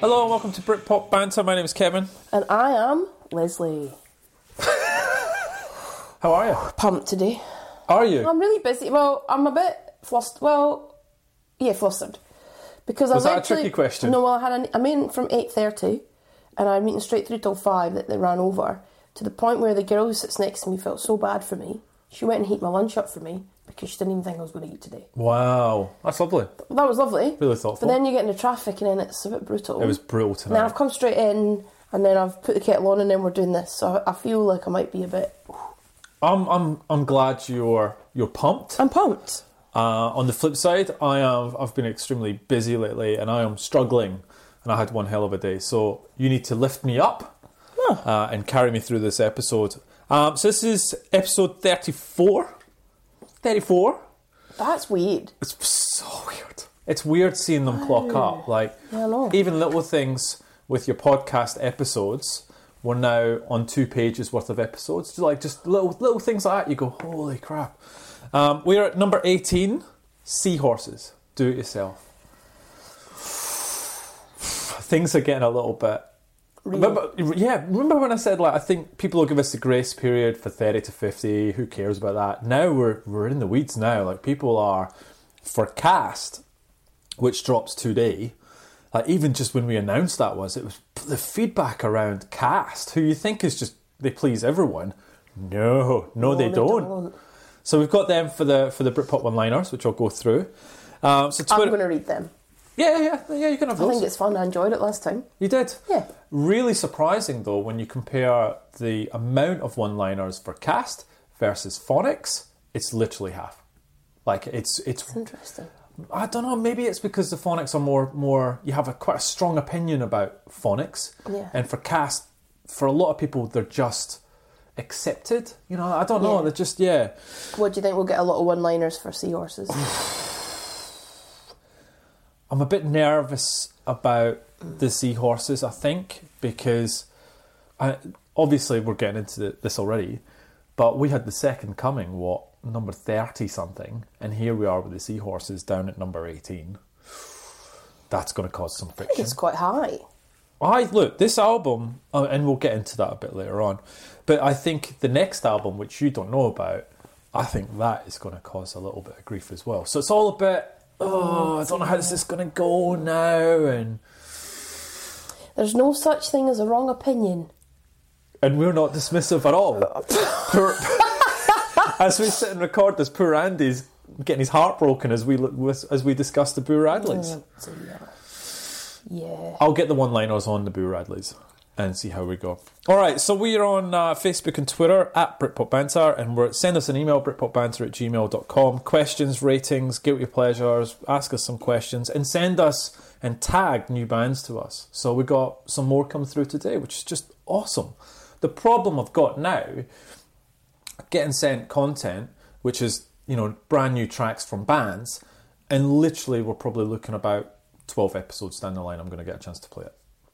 Hello and welcome to Britpop Banter. My name is Kevin. And I am Leslie. How are you? Pumped today. Are you? I'm really busy. Well, I'm a bit flustered. Well, yeah, flustered. Because I Was was that a actually, tricky question? No, well, I had an, I mean from eight thirty, and I'm meeting straight through till five. That they ran over to the point where the girl who sits next to me felt so bad for me. She went and heat my lunch up for me because she didn't even think I was going to eat today. wow, that's lovely. Well, that was lovely. Really thoughtful. But then you get into traffic, and then it's a bit brutal. It was brutal And then tonight. I've come straight in, and then I've put the kettle on, and then we're doing this. So I, I feel like I might be a bit. I'm, I'm, I'm glad you're you're pumped. I'm pumped. Uh, on the flip side, I have I've been extremely busy lately, and I am struggling, and I had one hell of a day. So you need to lift me up uh, and carry me through this episode. Um, so this is episode 34. 34. That's weird. It's so weird. It's weird seeing them clock up. Like Yeah, I know. even little things with your podcast episodes. We're now on two pages worth of episodes. Like just little little things like that. You go, holy crap. Um, we are at number eighteen. Seahorses. Do it yourself. Things are getting a little bit. Remember, yeah, remember when I said like I think people will give us the grace period for thirty to fifty. Who cares about that? Now we're we're in the weeds now. Like people are for cast, which drops today. Like even just when we announced that was it was the feedback around cast, who you think is just they please everyone. No, no, they, they don't. don't. So we've got them for the for the Britpop one-liners, which I'll go through. Um, so I'm Twitter, going to read them. yeah, yeah, yeah, you can have I those. think it's fun. I enjoyed it last time. You did. Yeah. Really surprising though when you compare the amount of one-liners for cast versus phonics, it's literally half. Like it's it's Interesting. I don't know. Maybe it's because the phonics are more more. You have a quite a strong opinion about phonics, Yeah. and for cast, for a lot of people, they're just accepted. You know, I don't know. Yeah. They're just yeah. What do you think? We'll get a lot of one-liners for seahorses. I'm a bit nervous about the seahorses, I think, because I, obviously we're getting into the, this already, but we had the second coming, what, number 30 something, and here we are with the seahorses down at number 18. That's going to cause some friction. it's quite high. I look this album, uh, and we'll get into that a bit later on. But I think the next album, which you don't know about, I think that is going to cause a little bit of grief as well. So it's all a bit. Oh, I don't know how this is going to go now, and There's no such thing as a wrong opinion. and we're not dismissive at all. Poor- as we sit and record this, poor Andy's getting his heart broken as we look, as we discuss the Boo Radleys. Oh, dear. Yeah. I'll get the one liners on the Boo Radleys and see how we go. All right, so we are on uh, Facebook and Twitter at Britpop Banter, and we're send us an email, britpopbanter at gmail.com. Questions, ratings, guilty pleasures, ask us some questions, and send us and tag new bands to us. So we got some more come through today, which is just awesome. The problem I've got now getting sent content, which is you know brand new tracks from bands, and literally we're probably looking about twelve episodes down the line. I'm going to get a chance to play it.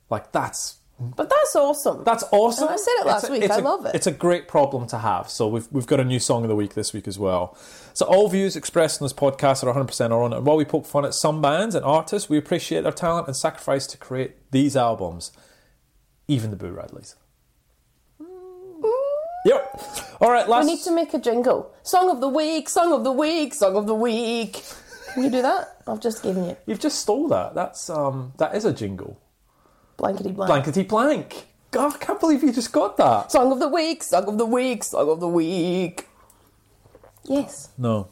Like that's But that's awesome. that's awesome. And I said it last It's a- week, it's I a- love it. It's a great problem to have. So we've we've got a new song of the week this week as well. So all views expressed in this podcast are 100% our own. And while we poke fun at some bands and artists, we appreciate their talent and sacrifice to create these albums, even the Boo Radleys. Mm. Yep. All right. I Last. need to make a jingle. Song of the week, song of the week, song of the week. Can you do that? I've just given you You've just stole that. That's um that is a jingle. blankety blank. Blankety blank. God, I can't believe you just got that. Song of the week, song of the week, song of the week. Yes, No.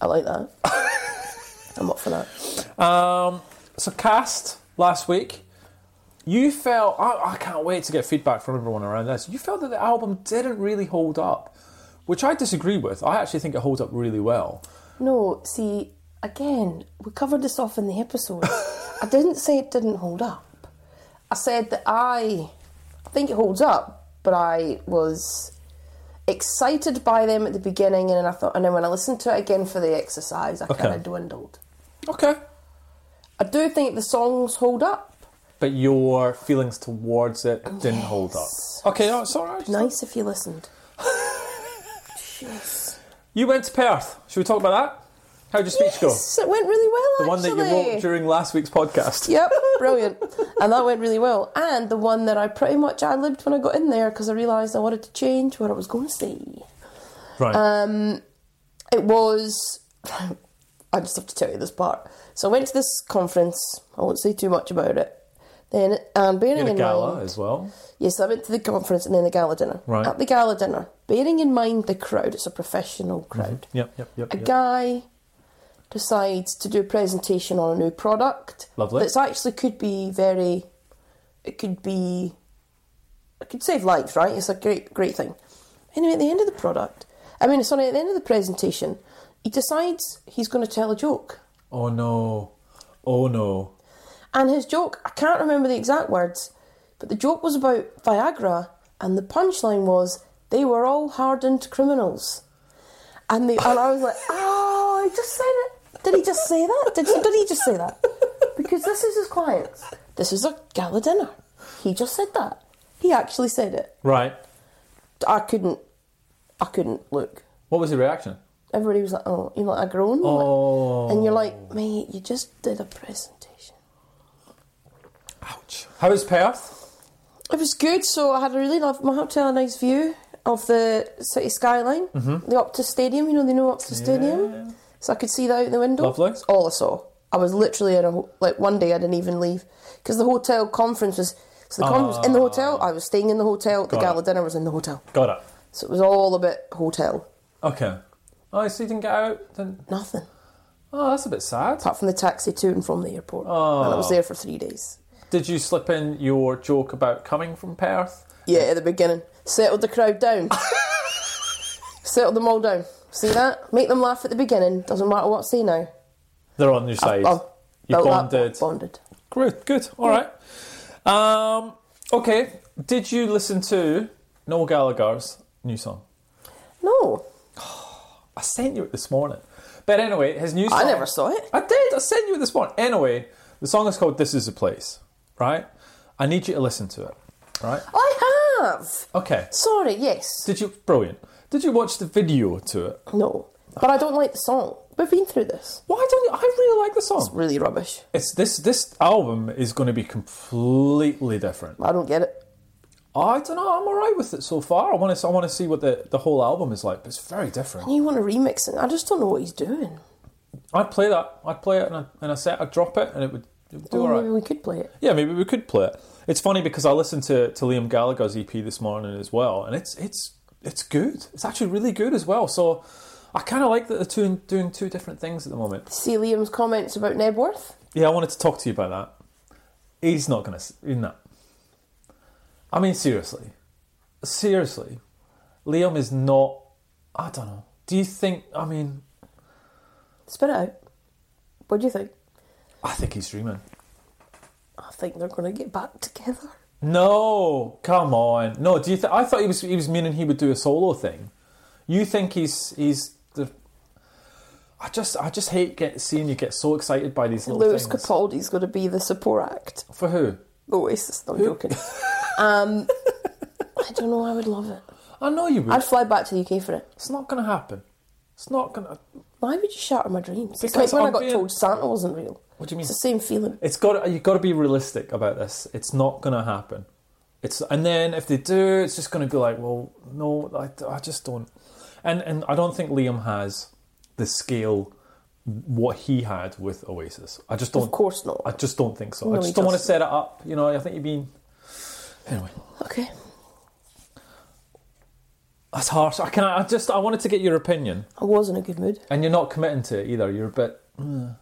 I like that. I'm up for that. Um so cast last week. You felt I, I can't wait to get feedback from everyone around this. You felt that the album didn't really hold up, which I disagree with. I actually think it holds up really well. No, see, again, we covered this off in the episode. I didn't say it didn't hold up. I said that I think it holds up, but I was excited by them at the beginning, and then I thought, and then when I listened to it again for the exercise, I kind Okay. of dwindled. Okay. I do think the songs hold up. But your feelings towards it didn't hold up. Okay, that's all right. Nice if you listened. Jeez. You went to Perth. Should we talk about that? How'd your speech go? So it went really well. The one that actually. you wrote during last week's podcast. Yep, brilliant. and that went really well. And the one that I pretty much ad libbed when I got in there because I realised I wanted to change what I was going to say. Right. Um, it was. I just have to tell you this part. So I went to this conference. I won't say too much about it. Then, and bearing you had a in gala mind, as well. yes, I went to the conference and then the gala dinner. Right. At the gala dinner, bearing in mind the crowd, it's a professional crowd. Yep, yep, yep. A yep. guy decides to do a presentation on a new product. Lovely. That's actually could be very. It could be. It could save lives, right? It's a great, great thing. Anyway, at the end of the product, I mean, sorry, at the end of the presentation, he decides he's going to tell a joke. Oh no. Oh no. And his joke, I can't remember the exact words, but the joke was about Viagra, and the punchline was they were all hardened criminals. And, they, and I was like, oh, he just said it. Did he just say that? Did, did he just say that? Because this is his clients. This is a gala dinner. He just said that. He actually said it. Right. I couldn't. I couldn't look. What was the reaction? Everybody was like, "Oh, you're like a grown." like- Oh. And you're like, "Mate, you just did a presentation." Ouch. How is Perth? It was good. So I had a really lovely my hotel, had a nice view of the city skyline, Mm-hmm. the Optus Stadium. You know the new Optus Stadium, so I could see that out the window. Lovely. That's all I saw. I was literally in a ho- like one day I didn't even leave because the hotel conference was so the conference was in the hotel. I was staying in the hotel. The Ah. Got gala it. dinner was in the hotel, Got it. so it was all a bit hotel. Okay. Oh, so you didn't get out? Didn't... Nothing Oh, that's a bit sad. apart from the taxi to and from the airport, and I Ah. was there for three days. Did you slip in your joke about coming from Perth? Yeah, at the beginning. Settled the crowd down. Settled them all down. See that? Make them laugh at the beginning. Doesn't matter what I say now. They're on your side. Oh, you built that bonded. bond- bonded. Good, good. All right. Um, okay. Did you listen to Noel Gallagher's new song? No, I sent you it this morning. But anyway, his new song. I never saw it. I did. I sent you it this morning. Anyway, the song is called "This Is the Place." Right. I need you to listen to it. Right. I have. Okay. Sorry. Yes. Did you brilliant? Did you watch the video to it? No. But I don't like the song. We've been through this. Why don't you? I really like the It's song. really rubbish. It's this. This album is going to be completely different. I don't get it. I don't know. I'm all right with it so far. I want to. I want to see what the, the whole album is like, but it's very different. You want to remix it? I just don't know what he's doing. I'd play that. I'd play it in a, in a set. I'd drop it, and it would, it would do Well, all right. Maybe we could play it. Yeah, maybe we could play it. It's funny because I listened to, to Liam Gallagher's EP this morning as well, and it's it's it's good. It's actually really good as well. So I kind of like that they're two, doing two different things at the moment. See Liam's comments about Nebworth. Yeah, I wanted to talk to you about that. He's not gonna. No. I mean, seriously, seriously, Liam is not. I don't know. Do you think? I mean, Spit it out. What do you think? I think he's dreaming. I think they're going to get back together. No, come on. No, do you? Th- I thought he was. He was meaning he would do a solo thing. You think he's he's the. I just I just hate get seeing you get so excited by these little Lewis things. Capaldi's going to be the support act. For who? Oasis, no, I'm joking. um, I don't know, I would love it. I know you would. I'd fly back to the UK for it. It's not gonna happen. It's not gonna. Why would you shatter my dreams? It's Because like when I'm Mm. I got being- told Santa wasn't real. What do you mean? It's the same feeling. It's got. You've got to be realistic about this. It's not gonna happen. It's and then if they do, it's just gonna be like, well, no, I, I just don't. And and I don't think Liam has the scale what he had with Oasis. I just don't. Of course not. Oh. I just don't think so. I No, just he don't want to doesn't. set it up. You know, I think you've been. Anyway, Okay. that's harsh. I can. I just. I wanted to get your opinion, I was in a good mood. and you're not committing to it either. You're a bit. mm.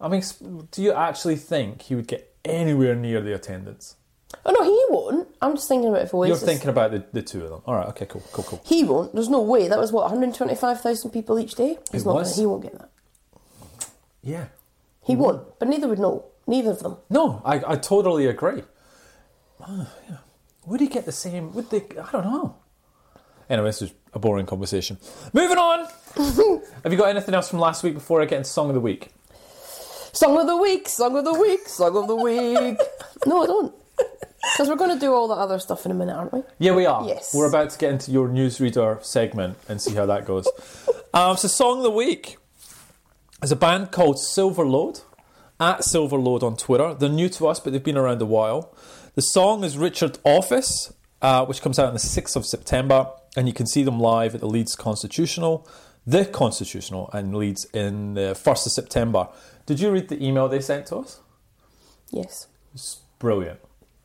I mean, sp- do you actually think he would get anywhere near the attendance? Oh no, he won't. I'm just thinking about it for You're Oasis. thinking about the, the two of them. All right. Okay. Cool. Cool. Cool. He won't. There's no way. That was what 125,000 people each day. He's It not. was. Gonna, he won't get that. Yeah. He won't. But neither would know. Neither of them. No, I, I totally agree. Ah, yeah. Would he get the same? Would they? I don't know. Anyway, this is a boring conversation. Moving on. Have you got anything else from last week before I get into song of the week? Song of the week. Song of the week. Song of the week. no, I don't. Because we're going to do all that other stuff in a minute, aren't we? Yeah, we are. Yes. We're about to get into your newsreader segment and see how that goes. um, so, song of the week. There's a band called Silverload, at Silverload on Twitter. They're new to us, but they've been around a while. The song is Richard Office, uh, which comes out on the 6th of September, and you can see them live at the Leeds Constitutional, the Constitutional, and Leeds in the 1st of September. Did you read the email they sent to us? Yes. It's brilliant.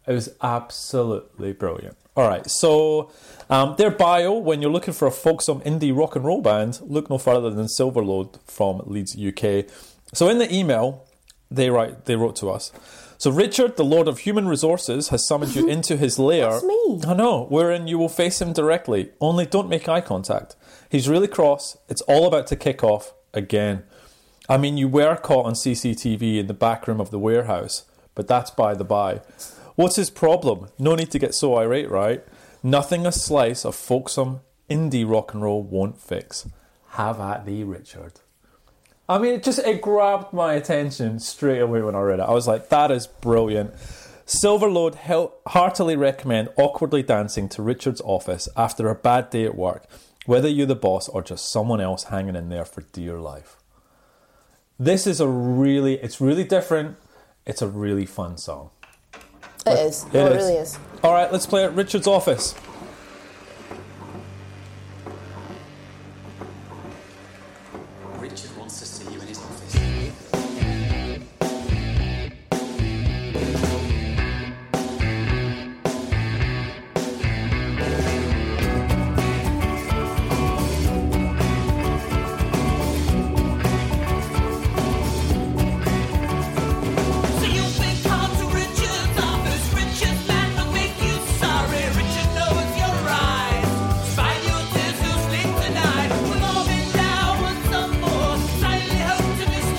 It was absolutely brilliant. All right, so um, their bio when you're looking for a folksome indie rock and roll band, look no further than Silverload from Leeds, UK. So in the email, they write they wrote to us. So Richard, the Lord of Human Resources, has summoned you into his lair. That's me. I know, wherein you will face him directly. Only don't make eye contact. He's really cross. It's all about to kick off again. I mean, you were caught on CCTV in the back room of the warehouse, but that's by the by. What's his problem? No need to get so irate, right? Nothing a slice of folksome indie rock and roll won't fix. Have at thee, Richard. I mean, it just it grabbed my attention straight away when I read it. I was like, that is brilliant. Silverlord hel- heartily recommend awkwardly dancing to Richard's office after a bad day at work, whether you're the boss or just someone else hanging in there for dear life. This is a really, it's really different. It's a really fun song. It is. It no, it is. really is. All right, let's play at Richard's office. Richard wants to see you in his office. So you've been called to Richard's office. Richard's man will make you sorry. Richard knows your eyes. Spy your tears, you sleep tonight. We've all been down with some more. Slightly hope to miss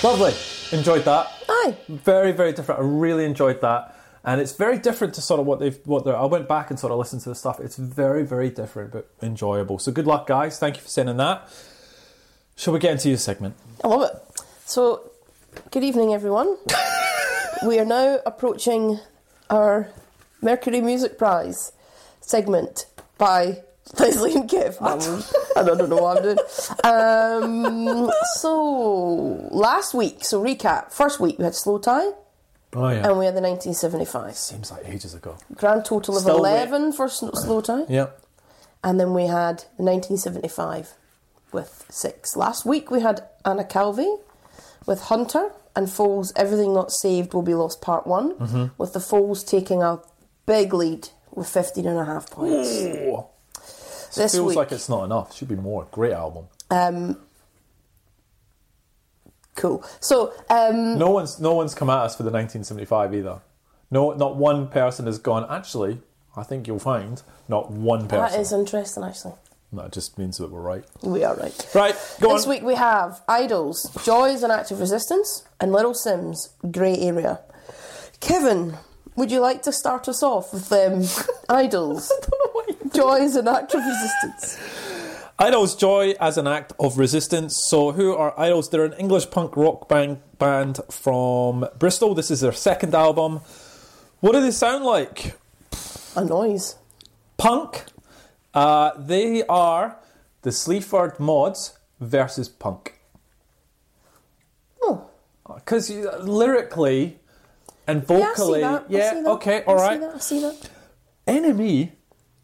Oh, lovely. Enjoyed that. Aye. Very, very different. I really enjoyed that. And it's very different to sort of what they've what they're. I went back and sort of listened to the stuff. It's very, very different but enjoyable. So good luck, guys. Thank you for sending that. Shall we get into your segment? I love it. So, good evening, everyone. we are now approaching our Mercury Music Prize segment by Leslie and Kev. Um, I don't know what I'm doing. Um, so, last week, so recap. First week, we had Slow Tie Oh yeah. and we had the 1975. Seems like ages ago. Grand total of Still wait. 11 for Sn- Slow Tie. Yeah. And then we had 1975 with six. Last week we had Anna Calvi with Hunter and Foles, Everything Not Saved Will Be Lost Part one Mm-hmm. with the Foles taking a big lead with 15 and a half points. this Feels week, like it's not enough. Should be more. Great album. cool. So, um, No one's no one's come at us for the 1975 either. No, not one person has gone. Actually, I think you'll find not one person. that is interesting actually. That just means that we're right. We are right. Right, go this on. week we have Idols, Joy is an Act of Resistance, and Little Sims, Grey Area. Kevin, would you like to start us off with um, Idols? Joy is an Act of Resistance. Idols Joy as an act of resistance. So, who are Idols? They're an English punk rock band, band from Bristol. This is their second album. What do they sound like? A noise. Punk. Uh, they are the Sleaford Mods versus Punk. Oh, Because lyrically and yeah, I see vocally, that. I see that. okay, all I right. See that. I see that. Enemy,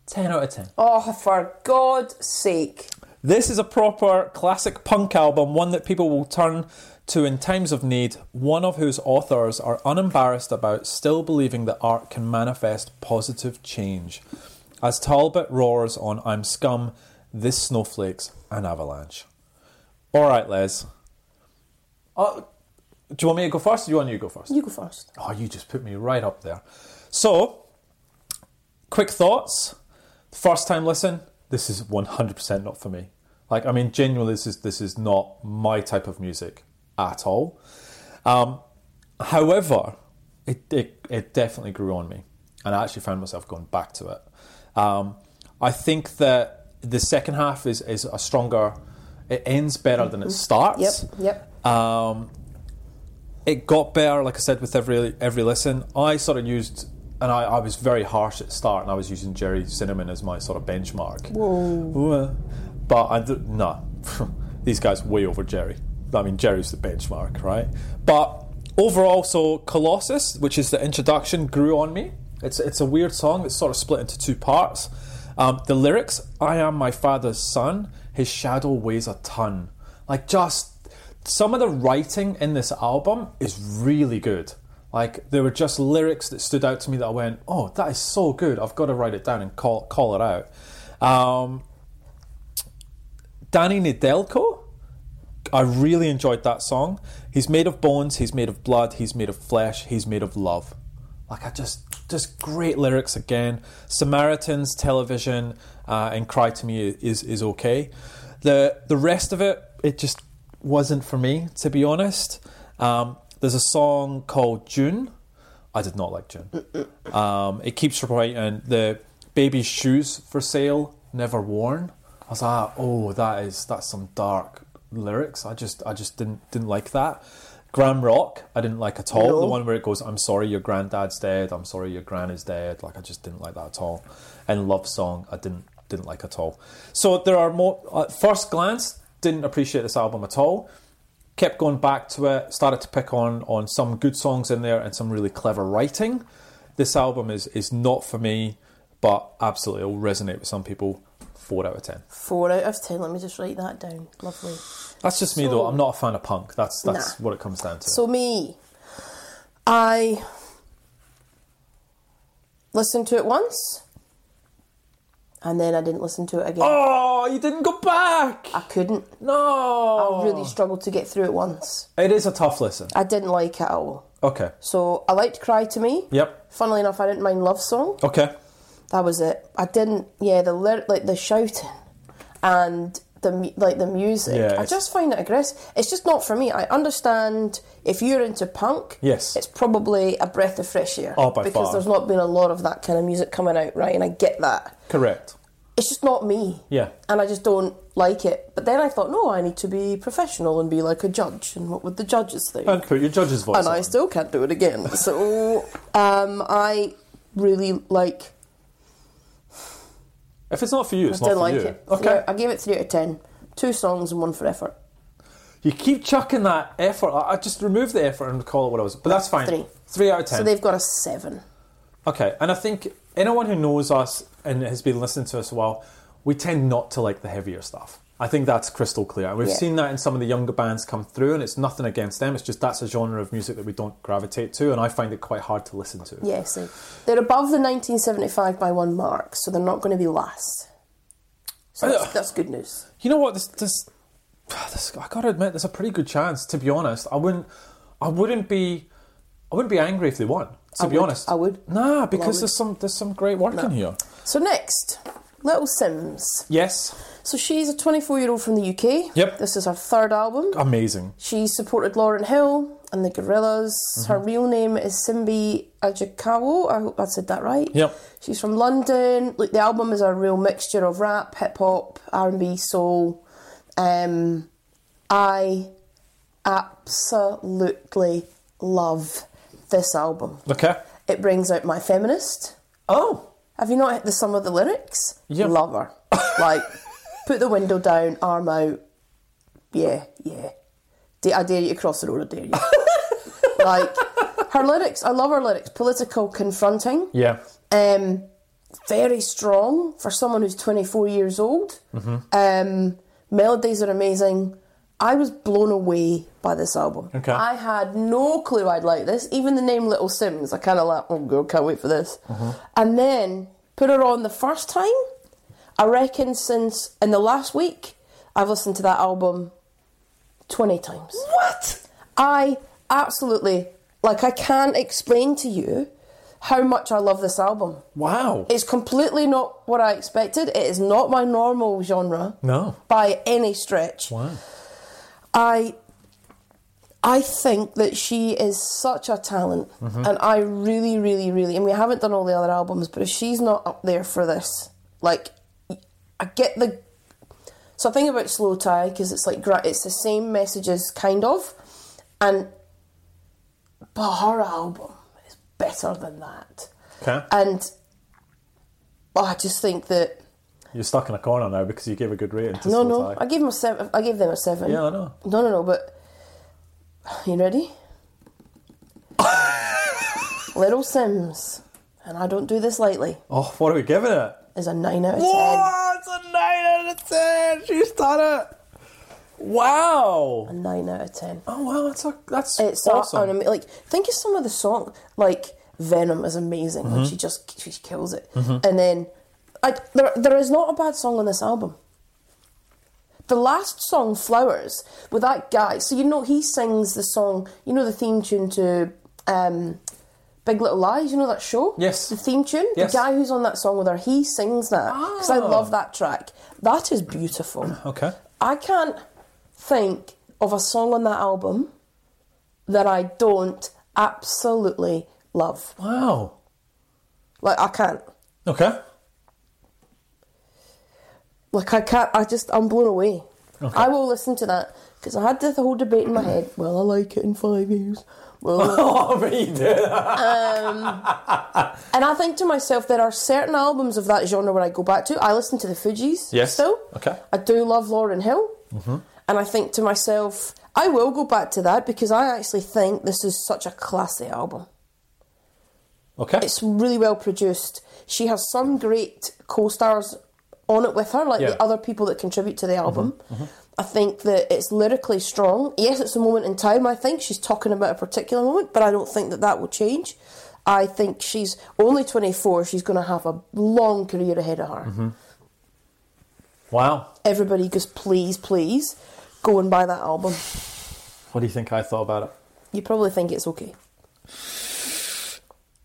10 out of 10. Oh, for God's sake. This is a proper classic punk album, one that people will turn to in times of need, one of whose authors are unembarrassed about still believing that art can manifest positive change. As Talbot roars on I'm Scum, this snowflake's an avalanche. All right, Les. Uh, do you want me to go first or do you want you to go first? You go first. Oh, you just put me right up there. So, quick thoughts. First time listen, this is 100% not for me. Like, I mean, genuinely, this is, this is not my type of music at all. Um, however, it, it, it definitely grew on me. And I actually found myself going back to it. Um, I think that the second half is, is a stronger, it ends better than it Yep, starts yep. it got better, like I said, with every every listen. I sort of used, and I, I was very harsh at the start, and I was using Jerry Cinnamon as my sort of benchmark. Whoa. But I d- nah, these guys way over Jerry. I mean, Jerry's the benchmark, right? But overall, so Colossus, which is the introduction, grew on me. It's it's a weird song that's sort of split into two parts. Um, the lyrics: "I am my father's son. His shadow weighs a ton." Like just some of the writing in this album is really good. Like there were just lyrics that stood out to me that I went, "Oh, that is so good. I've got to write it down and call call it out." Um, Danny Nedelko, I really enjoyed that song. He's made of bones, he's made of blood, he's made of flesh, he's made of love. Like I just, just great lyrics again. Samaritans, television, uh, and cry to me is is okay. The the rest of it, it just wasn't for me to be honest. Um, there's a song called June. I did not like June. Um, it keeps repeating the baby's shoes for sale, never worn. I was like, oh, that is that's some dark lyrics. I just I just didn't didn't like that. Graham Rock, I didn't like at all. The one where it goes, I'm sorry your granddad's dead. I'm sorry your gran is dead. Like I just didn't like that at all. And love song, I didn't didn't like at all. So there are more. At first glance, didn't appreciate this album at all kept going back to it started to pick on on some good songs in there and some really clever writing this album is is not for me but absolutely it will resonate with some people four out of ten Four out of ten. Let me just write that down. Lovely. that's just me though i'm not a fan of punk that's that's Nah. what it comes down to So me, I listened to it once, and then I didn't listen to it again. oh you didn't go back I couldn't. no I really struggled to get through it once. it is a tough listen I didn't like it at all. okay So I liked "Cry to Me." yep Funnily enough, I didn't mind "Love Song." okay That was it. I didn't. Yeah, the lyric, like the shouting, and the mu- like the music. Yeah, I it's- just find it aggressive. It's just not for me. I understand if you're into punk, Yes. it's probably a breath of fresh air. Oh, by because far. there's not been a lot of that kind of music coming out, right? And I get that. Correct. It's just not me. Yeah. And I just don't like it. But then I thought, no, I need to be professional and be like a judge. And what would the judges think? And put your judge's voice and I on. still can't do it again. So um, I really like. If it's not for you, it's I not don't for like you. it. Okay. Yeah, I gave it three out of ten. Two songs and one for effort. You keep chucking that effort. I I just remove the effort and call it what it was. But that's fine. Three. Three out of ten. So they've got a seven. Okay, and I think anyone who knows us and has been listening to us a while, we tend not to like the heavier stuff. I think that's crystal clear. And we've Yeah. seen that in some of the younger bands come through, and it's nothing against them. It's just that's a genre of music that we don't gravitate to, and I find it quite hard to listen to. Yeah, so they're above the 1975 by one mark, so they're not going to be last. So that's, Ugh. that's good news. You know what? This, this, this, I gotta admit, there's a pretty good chance. To be honest, I wouldn't, I wouldn't be, I wouldn't be angry if they won. To I be would, honest, I would. Nah, because I would. there's some there's some great work in here. So next, Little Sims. Yes, So she's a 24 year old from the UK. Yep. This is her third album. amazing. She supported Lauren Hill and the Gorillas. Her real name is Simbi Ajikawo. I hope I said that right. Yep. She's from London. Look, the album is a real mixture of rap, hip hop, R and B, soul. Um, I absolutely love this album. Okay. It brings out my feminist. Oh, Have you not hit the sum of the lyrics? Yeah. Love her. like, put the window down, arm out. Yeah, yeah. Da- I dare you to cross the road, I dare you. like, her lyrics, I love her lyrics. Political, confronting. yeah. Um, very strong for someone who's 24 years old. Um, melodies are amazing. I was blown away by this album. Okay. I had no clue I'd like this. Even the name Little Sims, I kind of like, oh girl, can't wait for this. And then put her on the first time. I reckon since in the last week, I've listened to that album 20 times. What? I absolutely, like, I can't explain to you how much I love this album. Wow. It's completely not what I expected. It is not my normal genre. No. By any stretch. Wow. I I think that she is such a talent. And I really, really, really and we haven't done all the other albums, but if she's not up there for this, like I get the so I think about slow tie because it's like gra- it's the same messages kind of, and but her album is better than that. Okay. And well, I just think that You're stuck in a corner now because you gave a good rating to Slow no, no, Tie. I gave them a seven. I gave them a seven. Yeah, I know. No, no, no. But you ready? Little Sims, and I don't do this lightly. Oh, what are we giving it? Is a nine out of What? A 9 out of 10. She's done it. Wow. ten. Nine out of ten. Oh, wow. That's, a, that's It's awesome. awesome. An, like think of some of the song. Like Venom is amazing. Mm-hmm. Like she just she kills it. And then, I, there there is not a bad song on this album. The last song, Flowers, with that guy. So you know he sings the song. You know the theme tune to um, Big Little Lies. You know that show. Yes. The theme tune. Yes. Oh. The guy who's on that song with her, he sings that because I love that track. That is beautiful. okay. I can't think of a song on that album that I don't absolutely love. Wow. Like I can't. Okay. Like I can't. I just I'm blown away. I will listen to that because I had this whole debate in my head. Well, I like it in five years. Well, Oh, but you did. and I think to myself there are certain albums of that genre where I go back to. I listen to the Fugees. Yes. Still. Okay. Mm-hmm. I do love Lauren Hill. And I think to myself, I will go back to that because I actually think this is such a classy album. Okay. it's really well produced. She has some great co-stars on it with her, like Yeah. the other people that contribute to the album. I think that it's lyrically strong. Yes, it's a moment in time. I think she's talking about a particular moment, but I don't think that that will change. I think she's only twenty four. She's going to have a long career ahead of her. wow. Everybody just please, please go and buy that album. What do you think I thought about it? You probably think it's okay.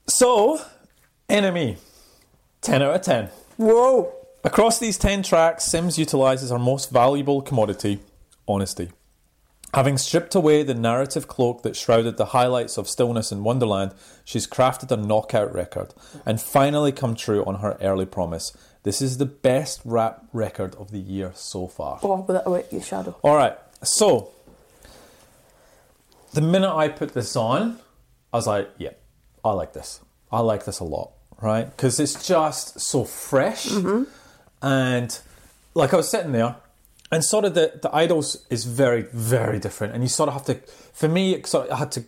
So, Enemy. 10 out of 10. Whoa! Across these 10 tracks, Sims utilises her most valuable commodity honesty. Having stripped away the narrative cloak that shrouded the highlights of Stillness and Wonderland, she's crafted a knockout record and finally come true on her early promise. This is the best rap record of the year so far. Oh, without a wet your shadow. All right, so the minute I put this on, I was like, yeah, I like this. I like this a lot, right? Because it's just so fresh. And like I was sitting there, and sort of the, the idols is very, very different. And you sort of have to, for me, it sort of, I had to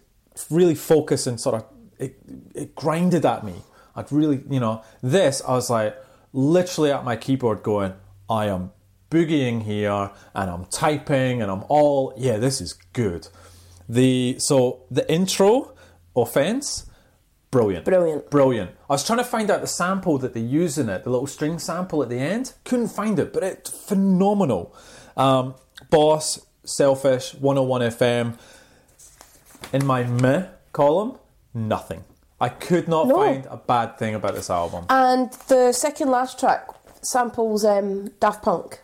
really focus and sort of, it, it grinded at me. I'd really, you know, this, I was like literally at my keyboard going, I am boogieing here and I'm typing and I'm all, yeah, this is good. The so the intro offense, brilliant, Brilliant. brilliant. I was trying to find out the sample that they use in it, the little string sample at the end. Couldn't find it, but it's phenomenal. Um, Boss, selfish, 101 FM. In my meh column, nothing. I could not No. find a bad thing about this album. And the second last track samples um, Daft Punk.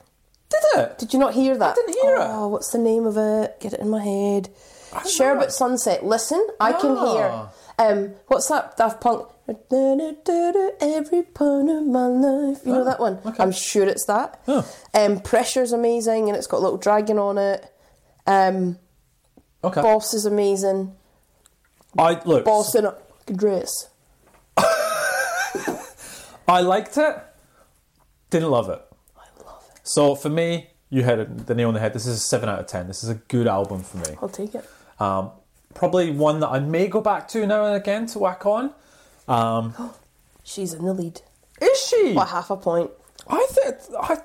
Did it? Did you not hear that? didn't hear it. oh, what's the name of it? Get it in my head. don't Sherbet know. Sunset. Listen, I can Ah. hear. Um, what's that Daft Punk? Every part of my life. You know that one? Oh, okay. I'm sure it's that. Oh. Um, Pressure's amazing and it's got a little dragon on it. Um, Okay. Boss is amazing. I look. Boss in a dress. I liked it. Didn't love it. I love it. So for me, you hit it- the nail on the head. This is a seven out of ten. This is a good album for me. I'll take it. Um, probably one that I may go back to now and again to whack on. Um, She's in the lead. is she? By half a point. I think I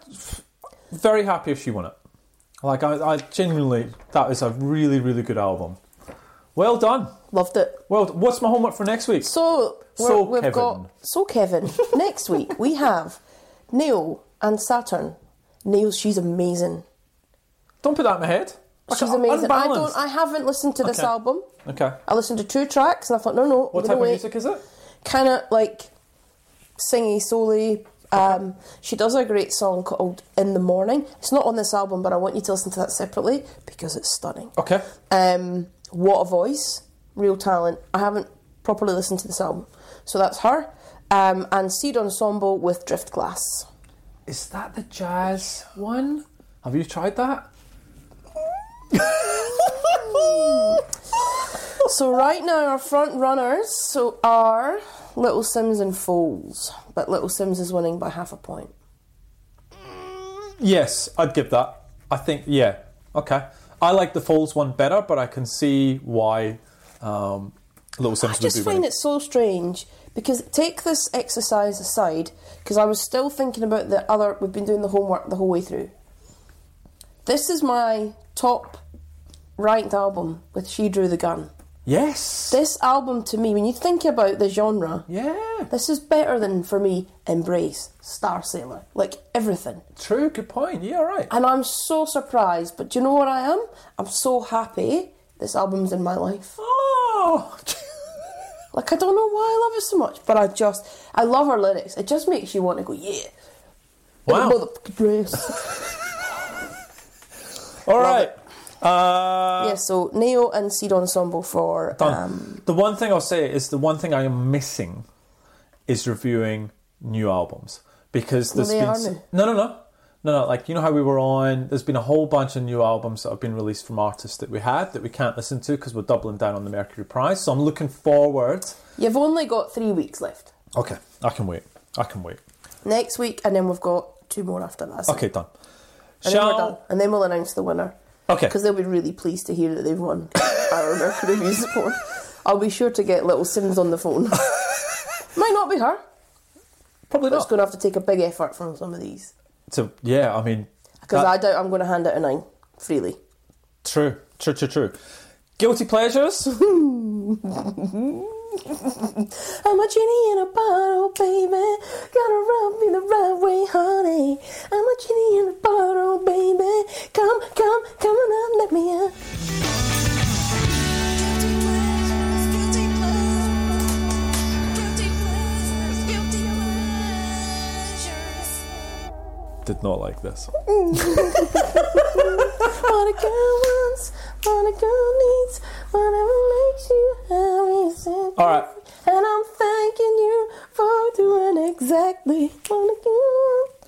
very happy if she won it. Like I, I genuinely, that is a really, really good album. Well done. Loved it. Well, what's my homework for next week? So, we're, So, we've Kevin. got so Kevin. Next week we have Neil and Saturn. Neil, she's amazing. Don't put that in my head. Like, She's amazing. I don't. unbalanced. I haven't listened to this Okay. album. Okay. I listened to two tracks and I thought, no, no, What type of music is it? Kind of like singy, soul-y. Um, she does a great song called "In the Morning." It's not on this album, but I want you to listen to that separately because it's stunning. Okay. Um, what a voice, real talent. I haven't properly listened to this album, so that's her. Um, and Seed Ensemble with Drift Glass. Is that the jazz one? Have you tried that? So right now our front runners so are Little Sims and Foals, but Little Sims is winning by half a point. Yes, I'd give that. I think yeah. Okay. I like the Falls one better, but I can see why um, Little Sims I would be just winning. find it so strange because take this exercise aside, because I was still thinking about the other. We've been doing the homework the whole way through. This is my top ranked album with She Drew the Gun. Yes. This album to me, when you think about the genre, yeah. this is better than for me Embrace, Star Sailor, like everything. True. Good point. Yeah. Right. And I'm so surprised, but do you know what I am? I'm so happy this album's in my life. Oh. Like I don't know why I love it so much, but I just I love her lyrics. It just makes you want to go, yeah. Wow. Motherfucking dress. All Love right. Uh, yeah, so Neo and Seed Ensemble for done. um, the one thing I'll say is the one thing I am missing is reviewing new albums because there's they been are s- new. no, no, no, no, no. Like you know how we were on. There's been a whole bunch of new albums that have been released from artists that we had that we can't listen to because we're doubling down on the Mercury Prize. So I'm looking forward. You've only got three weeks left. Okay, I can wait. I can wait. Next week and then we've got two more after that. So- Okay, done. And then we're done. And then we'll announce the winner. Okay. Because they'll be really pleased to hear that they've won our Mercury Music Award. I'll be sure to get little Sims on the phone. Might not be her. Probably But it's not. going to have to take a big effort from some of these. So yeah, I mean, Because that- I doubt I'm going to hand out a nine freely. True, true, true, true. Guilty pleasures. I'm a genie in a bottle, baby. Gotta rub me the right way, honey. I'm a genie in a bottle, baby. Come, come, come on up, let me out. Guilty pleasures, guilty pleasures. did not like this. What a girl wants, what a girl needs, whatever makes you happy. All All right. And I'm thanking you for doing exactly what a girl wants.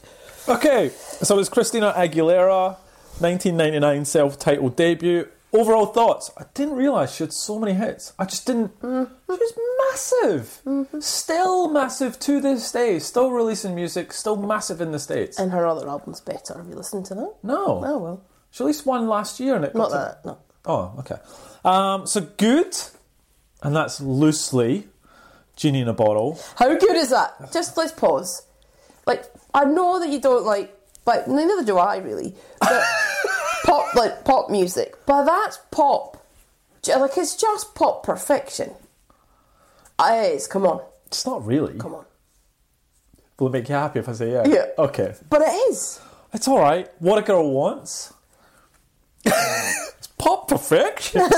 Okay, so it's Christina Aguilera, 1999 self-titled debut. Overall thoughts? I didn't realise she had so many hits. I just didn't. Mm-hmm. She was massive. Still massive to this day. Still releasing music. Still massive in the states. And her other album's better. Have you listened to that? no, Oh, well. she released one last year, and it Not got to- that, no. Oh, okay. Um, so good, and that's loosely genie in a bottle. How good is that? Just let's pause. Like, I know that you don't like, like, neither do I really, but pop, like, pop music. But that's pop. J- Like, it's just pop perfection. Aye, It's, come on, It's not really. come on. Will it make you happy if I say yeah? Yeah. Okay. But it is. It's all right. What a girl wants. it's pop perfection.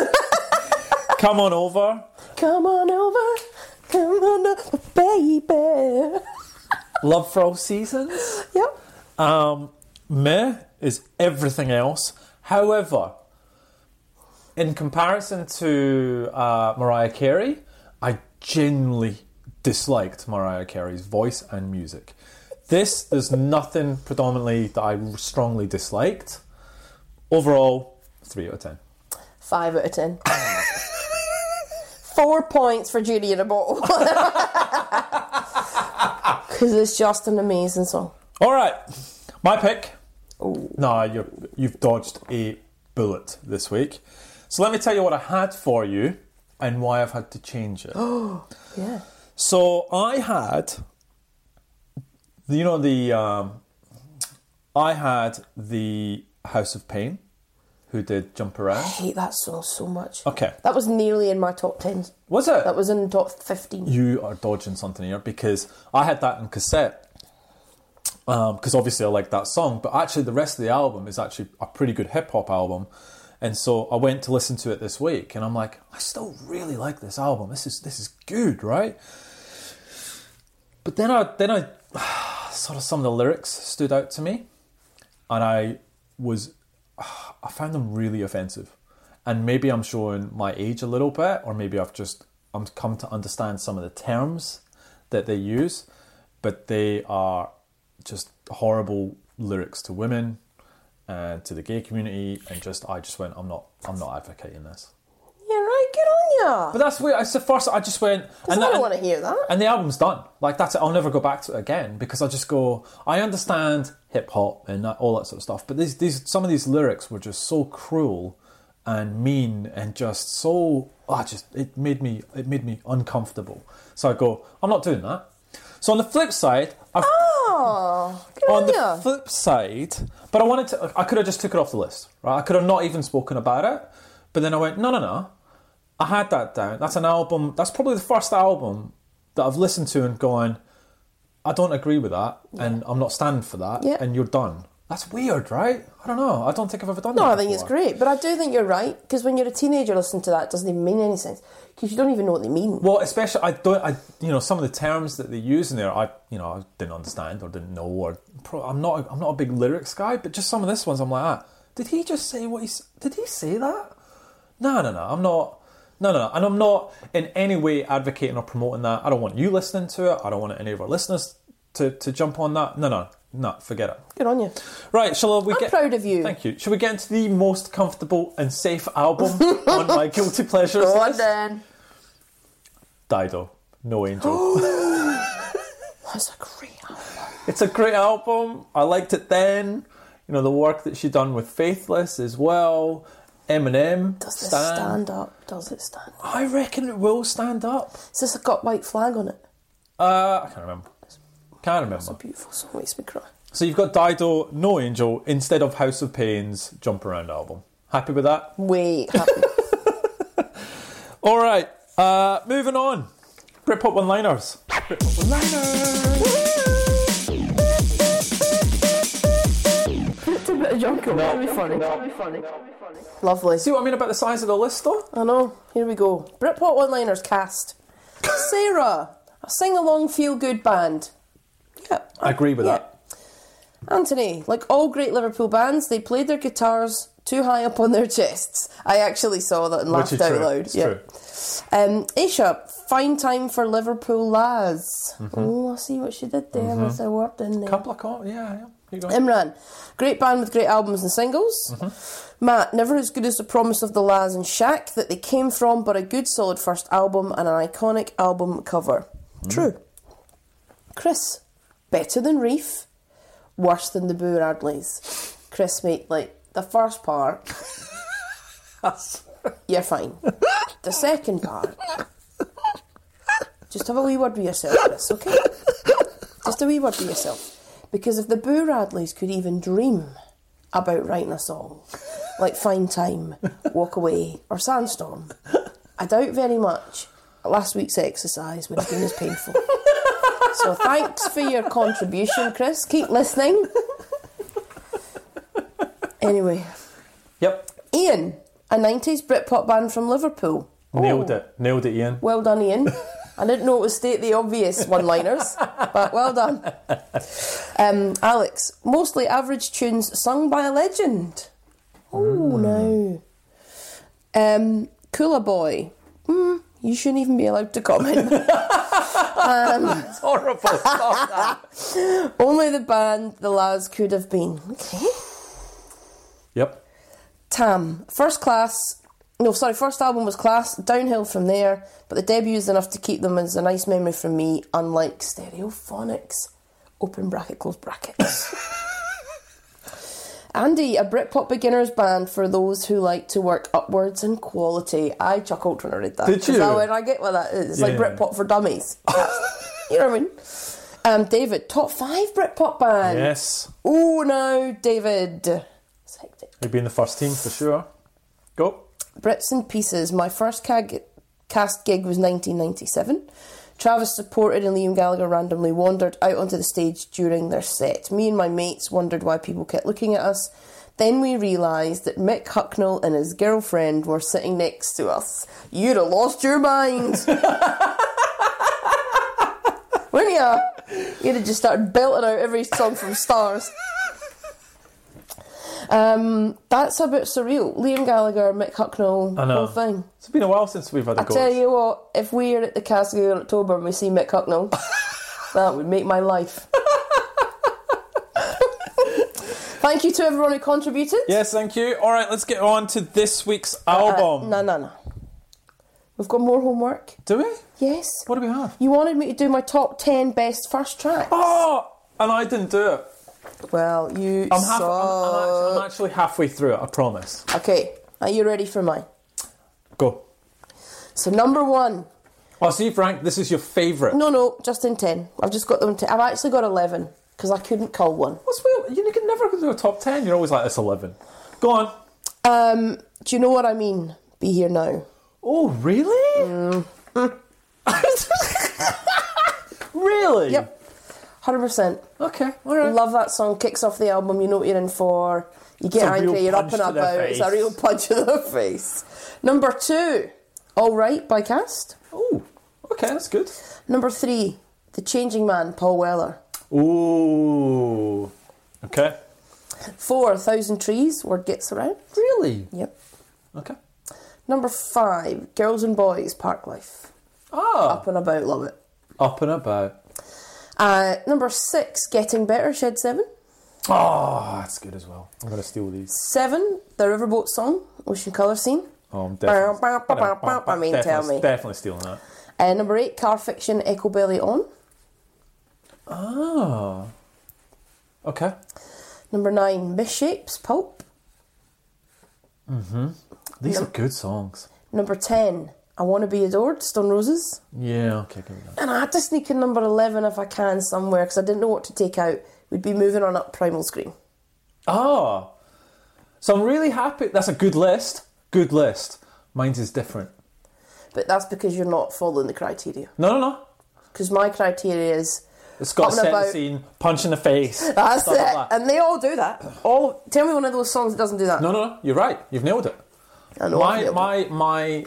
Come on over. Come on over, come on over, baby. Love for all seasons. Yep. Um, meh is everything else. However, in comparison to uh, Mariah Carey, I genuinely disliked Mariah Carey's voice and music. This, there's nothing predominantly that I strongly disliked. Overall, 3 out of 10. Five out of ten. Four points for Judy in a bottle. Because it's just an amazing song. All right, my pick. Nah, you're, you've dodged a bullet this week. So let me tell you what I had for you and why I've had to change it. Yeah. so I had, you know, the um, I had the House of Pain, who did Jump Around. hate that song so much. Okay. That was nearly in my top 10. Was it? That was in top 15. you are dodging something here because I had that on cassette. Because obviously I like that song, but actually the rest of the album is actually a pretty good hip hop album, and so I went to listen to it this week, and I'm like, I still really like this album. This is this is good, right? But then I then I sort of some of the lyrics stood out to me, and I was I found them really offensive. And maybe I'm showing my age a little bit, or maybe I've just I'm come to understand some of the terms that they use, but they are just horrible lyrics to women and to the gay community and just I just went, I'm not I'm not advocating this. Yeah, right, good on But ya. that's weird. It's the first I just went I and don't that- want to hear that. and the album's done. Like that's it. I'll never go back to it again because I just go. I understand hip hop and that, all that sort of stuff, but these these some of these lyrics were just so cruel and mean and just so. I just it made me it made me uncomfortable. So I go. I'm not doing that. So on the flip side, I've, Oh, good on, on the ya. flip side, but I wanted to. I could have just took it off the list, right? I could have not even spoken about it. But then I went, no, no, no. I had that down. That's an album. That's probably the first album that I've listened to and gone, I don't agree with that, and I'm not standing for that. Yeah. And you're done. That's weird, right? I don't know. I don't think I've ever done that. no, I think it's before. great. But I do think you're right. Because when you're a teenager listening to that, it doesn't even mean any sense. Because you don't even know what they mean. Well, especially I don't. I you know some of the terms that they use in there, I you know I didn't understand or didn't know or pro, I'm not I'm not a big lyrics guy, but just some of this ones I'm like, ah, did he just say what he s- did he say that? No, no, no, I'm not. No, no, no, and I'm not in any way advocating or promoting that. I don't want you listening to it. I don't want any of our listeners to, to jump on that. No, no, no, forget it. Good on you. Right, shall we I'm get? proud of you. Thank you. Shall we get into the most comfortable and safe album on my guilty pleasures? Go on list? then. Dido, No Angel. That's Oh, a great album. it's a great album. I liked it then. You know, the work that she done with Faithless as well. Eminem. Does this stand up? Does it stand up? I reckon it will stand up. Has this got white flag on it? Uh, I can't remember. Can't remember. Beautiful song, makes me cry. So you've got Dido, No Angel, instead of House of Pain's Jump Around album. Happy with that? Wait, happy. All right. Uh, moving on. Britpop one-liners. Lovely. See what I mean about the size of the list, though? I know. Here we go. Britpop one liners cast. Sarah, a sing along feel good band. Yeah, I agree with yeah. that. Anthony, like all great Liverpool bands, they played their guitars too high up on their chests. I actually saw that and Which laughed is out true. loud. It's yeah. true. Um, Aisha, fine time for Liverpool lads. Mm-hmm. Oh, I see what she did there. Was there word in there? Couple of co- yeah, yeah. You go. Imran, great band with great albums and singles. Matt, never as good as the promise of the Laz and Shack that they came from, but a good solid first album and an iconic album cover. True. Chris, better than Reef, worse than the Boo Radleys. Chris, mate, like the first part, you're fine. The second part, just have a wee word with yourself, Chris, okay? Just a wee word for yourself. Because if the Boo Radleys could even dream about writing a song like Fine Time, Walk Away, or Sandstorm, I doubt very much last week's exercise would have been as painful. So thanks for your contribution, Chris. Keep listening. Anyway, Yep. Ian, a 90s Britpop band from Liverpool. Nailed oh. it. Nailed it, Ian. Well done, Ian. I didn't know it was state the obvious one liners, but well done. Um, Alex, mostly average tunes sung by a legend. Oh, no. Um, Cooler Boy. Hmm, you shouldn't even be allowed to comment. It's horrible. Stop that. Only the band the lads could have been. Okay. Yep. Tam, first class. No, sorry, first album was class, downhill from there, but the debut is enough to keep them as a nice memory from me, unlike Stereophonics. Open bracket, close brackets. Andy, a Britpop beginners band for those who like to work upwards in quality. I chuckled when I read that. Did Is you? that where I get with that? It's like Yeah. Britpop for dummies. you know what I mean? Um, David, top five Britpop band. Yes. Oh no, David. It's hectic. He'd be in the first team for sure. Go. Brits in Pieces. My first cag- cast gig was 1997. Travis supported and Liam Gallagher randomly wandered out onto the stage during their set. Me and my mates wondered why people kept looking at us. Then we realised that Mick Hucknall and his girlfriend were sitting next to us. You'd have lost your mind. Wouldn't ya? You'd have just started belting out every song from Stars. Um, that's a bit surreal. Liam Gallagher, Mick Hucknall, I know. whole thing. It's been a while since we've had a I go. tell you what, if we're at the Casco in October and we see Mick Hucknall, that would make my life. Thank you to everyone who contributed. Yes, thank you. All right, let's get on to this week's Uh, album. no, no, no. We've got more homework. Do we? Yes. What do we have? You wanted me to do my top 10 best first tracks. Oh, and I didn't do it. Well, you I'm, half, I'm, I'm saw. actually, I'm actually halfway through it, I promise. Okay, are you ready for mine? Go. So, number one. Oh, see, Frank, this is your favourite. No, no, just in 10. I've just got them. To, I've actually got 11 because I couldn't cull one. What's with, you, you can never do a top 10. You're always like, it's 11. Go on. Um, do you know what I mean? Be here now. Oh, really? Mm. really? Yep. 100%. Okay, all right. Love that song. Kicks off the album. You know what you're in for. You get a real angry. You're up punch and to the about. It's a face. real punch in the face. Number two, All Right by Cast. Oh, okay, that's good. Number three, The Changing Man, Paul Weller. Ooh. Okay. Four, Thousand Trees, Word Gets Around. Really? Yep. Okay. Number five, Girls and Boys, Park Life. Ah, Up and about, love it. up and about. Uh, number six, Getting Better, Shed Seven. Oh, that's good as well. I'm going to steal these. Seven, The Riverboat Song, Ocean Colour Scene. Oh, I'm definitely. Bow, bow, bow, bow, bow. I mean, definitely, tell me. Definitely stealing that. Uh, number eight, Car Fiction, Echo Belly On. Oh. Okay. Number nine, Misshapes, Pulp. These are good songs. Number 10, I Want to Be Adored, Stone Roses. Yeah, okay, give me that. And I had to sneak in number 11 if I can somewhere because I didn't know what to take out. We'd be moving on up Primal Screen. Ah. So I'm really happy. That's a good list. Good list. Mine's is different. But that's because you're not following the criteria. No, no, no. Because my criteria is It's got a Up and set the about. scene, punch in the face. that's stuff like it. that. And they all do that. All Tell me one of those songs that doesn't do that. No, no, no. You're right. You've nailed it. I know, I've my nailed it. my my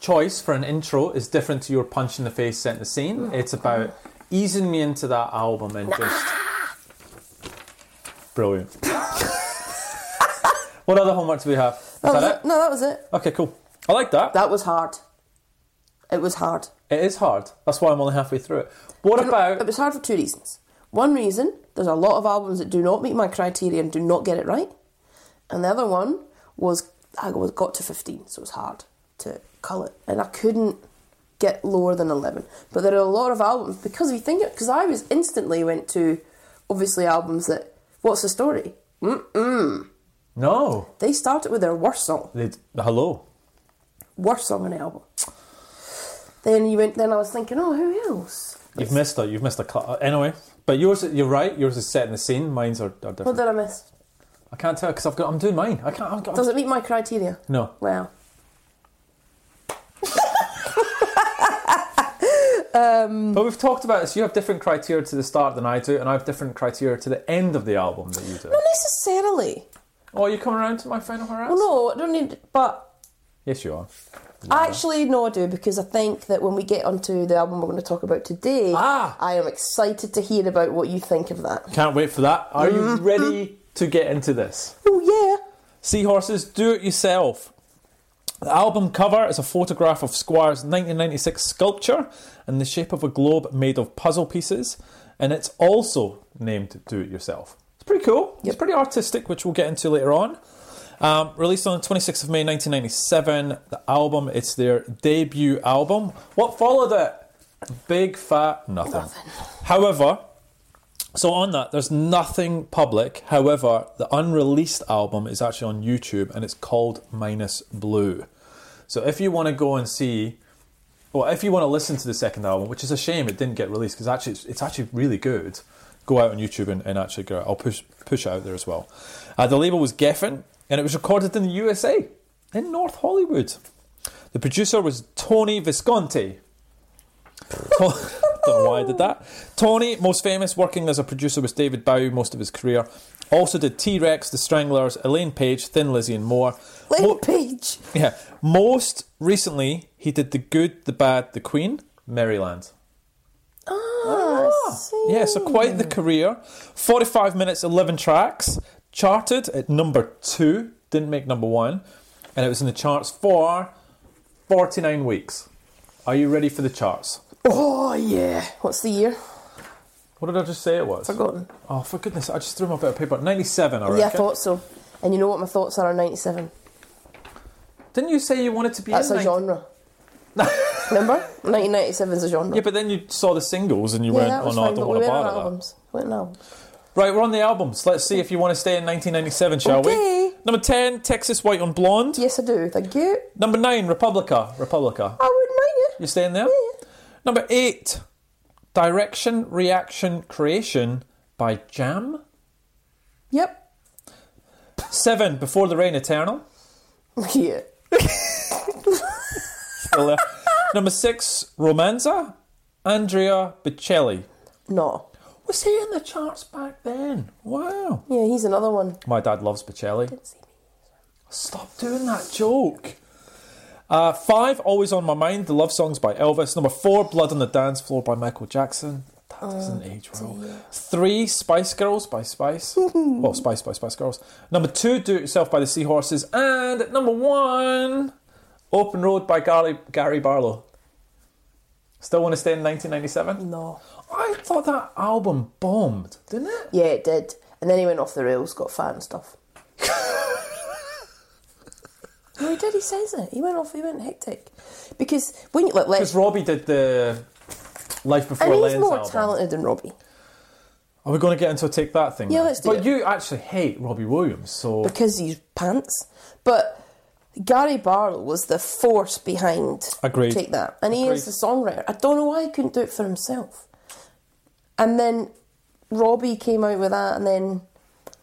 choice for an intro is different to your punch in the face set in the scene. It's about easing me into that album and just Brilliant. what other homework do we have? Is That was that it. No, that was it. it? Okay, cool. I like that. That was hard. It was hard. It is hard. That's why I'm only halfway through it. What It about was hard for two reasons. One reason, there's a lot of albums that do not meet my criteria and do not get it right. And the other one was I was got to 15, so it was hard to cull it. And I couldn't get lower than 11. But there are a lot of albums, because if you think it, because I was instantly went to obviously albums that, what's the story? no? They started with their worst song. They, hello. Worst song on the album. Then you went, then I was thinking, oh, who else? You've missed a you've missed a cl- anyway. But yours, you're right. Yours is set in the scene. Mine's are, are What different. did I miss? I can't tell because I've got. I'm doing mine. I can't. I've got, Does it meet my criteria? no. Wow. But we've talked about this. You have different criteria to the start than I do, and I have different criteria to the end of the album that you do. Not necessarily. Oh, are you coming around to my final harass? Well, no, I don't need. But Yes, you are. actually, no, I do because I think that when we get onto the album we're going to talk about today, Ah. I am excited to hear about what you think of that. Can't wait for that. Are you ready to get into this? Oh yeah. Seahorses, do it yourself. The album cover is a photograph of Squire's 1996 sculpture in the shape of a globe made of puzzle pieces, and it's also named Do It Yourself. It's pretty cool. It's pretty artistic, which we'll get into later on. Um, released on the 26th of May 1997, the album, it's their debut album. What followed it? Big fat nothing. However, so on that, there's nothing public. However, the unreleased album is actually on YouTube and it's called Minus Blue. So if you want to go and see, well, if you want to listen to the second album, which is a shame it didn't get released because actually it's, it's actually really good. Go out on YouTube and, and actually go. I'll push push it out there as well. Uh, the label was Geffen and it was recorded in the USA in North Hollywood. The producer was Tony Visconti. Don't know why I did that. Tony, most famous working as a producer, was David Bowie most of his career. Also did T Rex, The Stranglers, Elaine Page, Thin Lizzy, and more. Lane Mo- Page. yeah. Most recently, he did The Good, The Bad, The Queen, Maryland. Ah, I see. Yeah, so quite the career. 45 minutes, 11 tracks. Charted at number two, didn't make number one. And it was in the charts for 49 weeks. Are you ready for the charts? Oh yeah. What's the year? What did I just say it was? Forgotten. Oh, for goodness, I just threw my bit of paper. 97, I reckon. Yeah, I thought so. And you know what my thoughts are on '97? Didn't you say you wanted to be That's in a 90 genre. Remember? 1997 is a genre. Yeah, but then you saw the singles and you Yeah, went, that oh was no, fine, I but don't we want to went on bother that. albums. Went on albums. Right, we're on the albums. Let's see if you want to stay in 1997, shall Okay. we? Number 10, Texas White on Blonde. Yes, I do. Thank you. Number 9, Republica. Republica. I wouldn't mind it. You staying there? Yeah. Number 8, Direction, Reaction, Creation by Jam. Yep. 7, Before the Rain Eternal. Yeah. Still there. Number 6, Romanza, Andrea Bocelli. No. Was he in the charts back then? Wow. Yeah, he's another one. My dad loves Bocelli. Stop doing that joke. Uh, five, Always on My Mind, The Love Songs by Elvis. Number four, Blood on the Dance Floor by Michael Jackson. That Oh, doesn't age well. Three, Spice Girls by Spice. well, Spice by Spice Girls. Number two, Do It Yourself by The Seahorses. And at number one, Open Road by Gary, Gary Barlow. Still want to stay in 1997? No. I thought that album bombed, didn't it? Yeah, it did. And then he went off the rails, got fat and stuff. no, he did. He says it. He went off. He went hectic because when you look, Because let's. Robbie did the Life Before And he's Lens more album. talented than Robbie Are we going to get into a take that thing? Yeah, now? let's do But it. you actually hate Robbie Williams, so because he's pants. But Gary Barlow was the force behind. Agreed. Take that, and he is the Agreed. songwriter. I don't know why he couldn't do it for himself. And then Robbie came out with that, and then,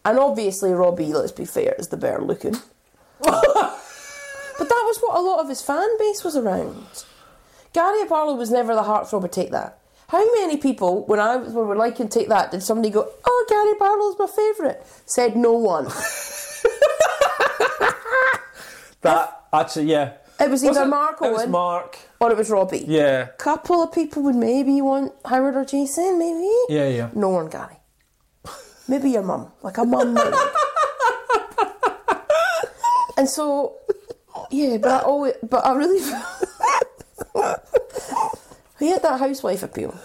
and obviously Robbie, let's be fair, is the better looking. But that was what a lot of his fan base was around. Gary Barlow was never the heartthrob of Take That. How many people, when I was when we were liking Take That, did somebody go, "Oh, Gary Barlow's my favourite"? Said no one. that actually, yeah. It was Was either it- Mark It was Owen Mark. or it was Robbie. Yeah, Couple of people would maybe want Howard or Jason, maybe. yeah, yeah. No one, Gary. Maybe your mum, like a mum. name. and so, yeah, but I always, but I really, he had that housewife appeal.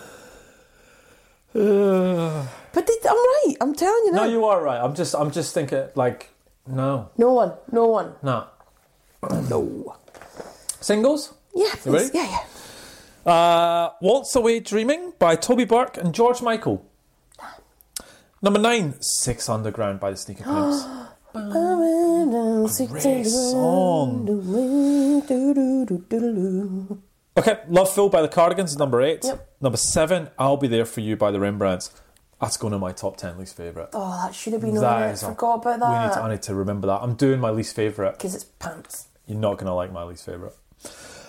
But they, I'm right. I'm telling you now. no, you are right. I'm just, I'm just thinking like, no, no one, no one, no. no. Singles. Yeah, please. ready? yeah, yeah. Uh, Waltz Away Dreaming by Toby Burke and George Michael. Number nine, Six Underground by the Sneaker Pimps. Great song. Okay, Love Fool by the Cardigans is number eight. Yep. Number seven, I'll Be There For You by the Rembrandts. That's going to my top ten least favourite. Oh, that should have been on That there. I is a- forgot about We need to, I that. need to remember that. I'm doing my least favourite. Because it's pants. You're not going to like my least favourite.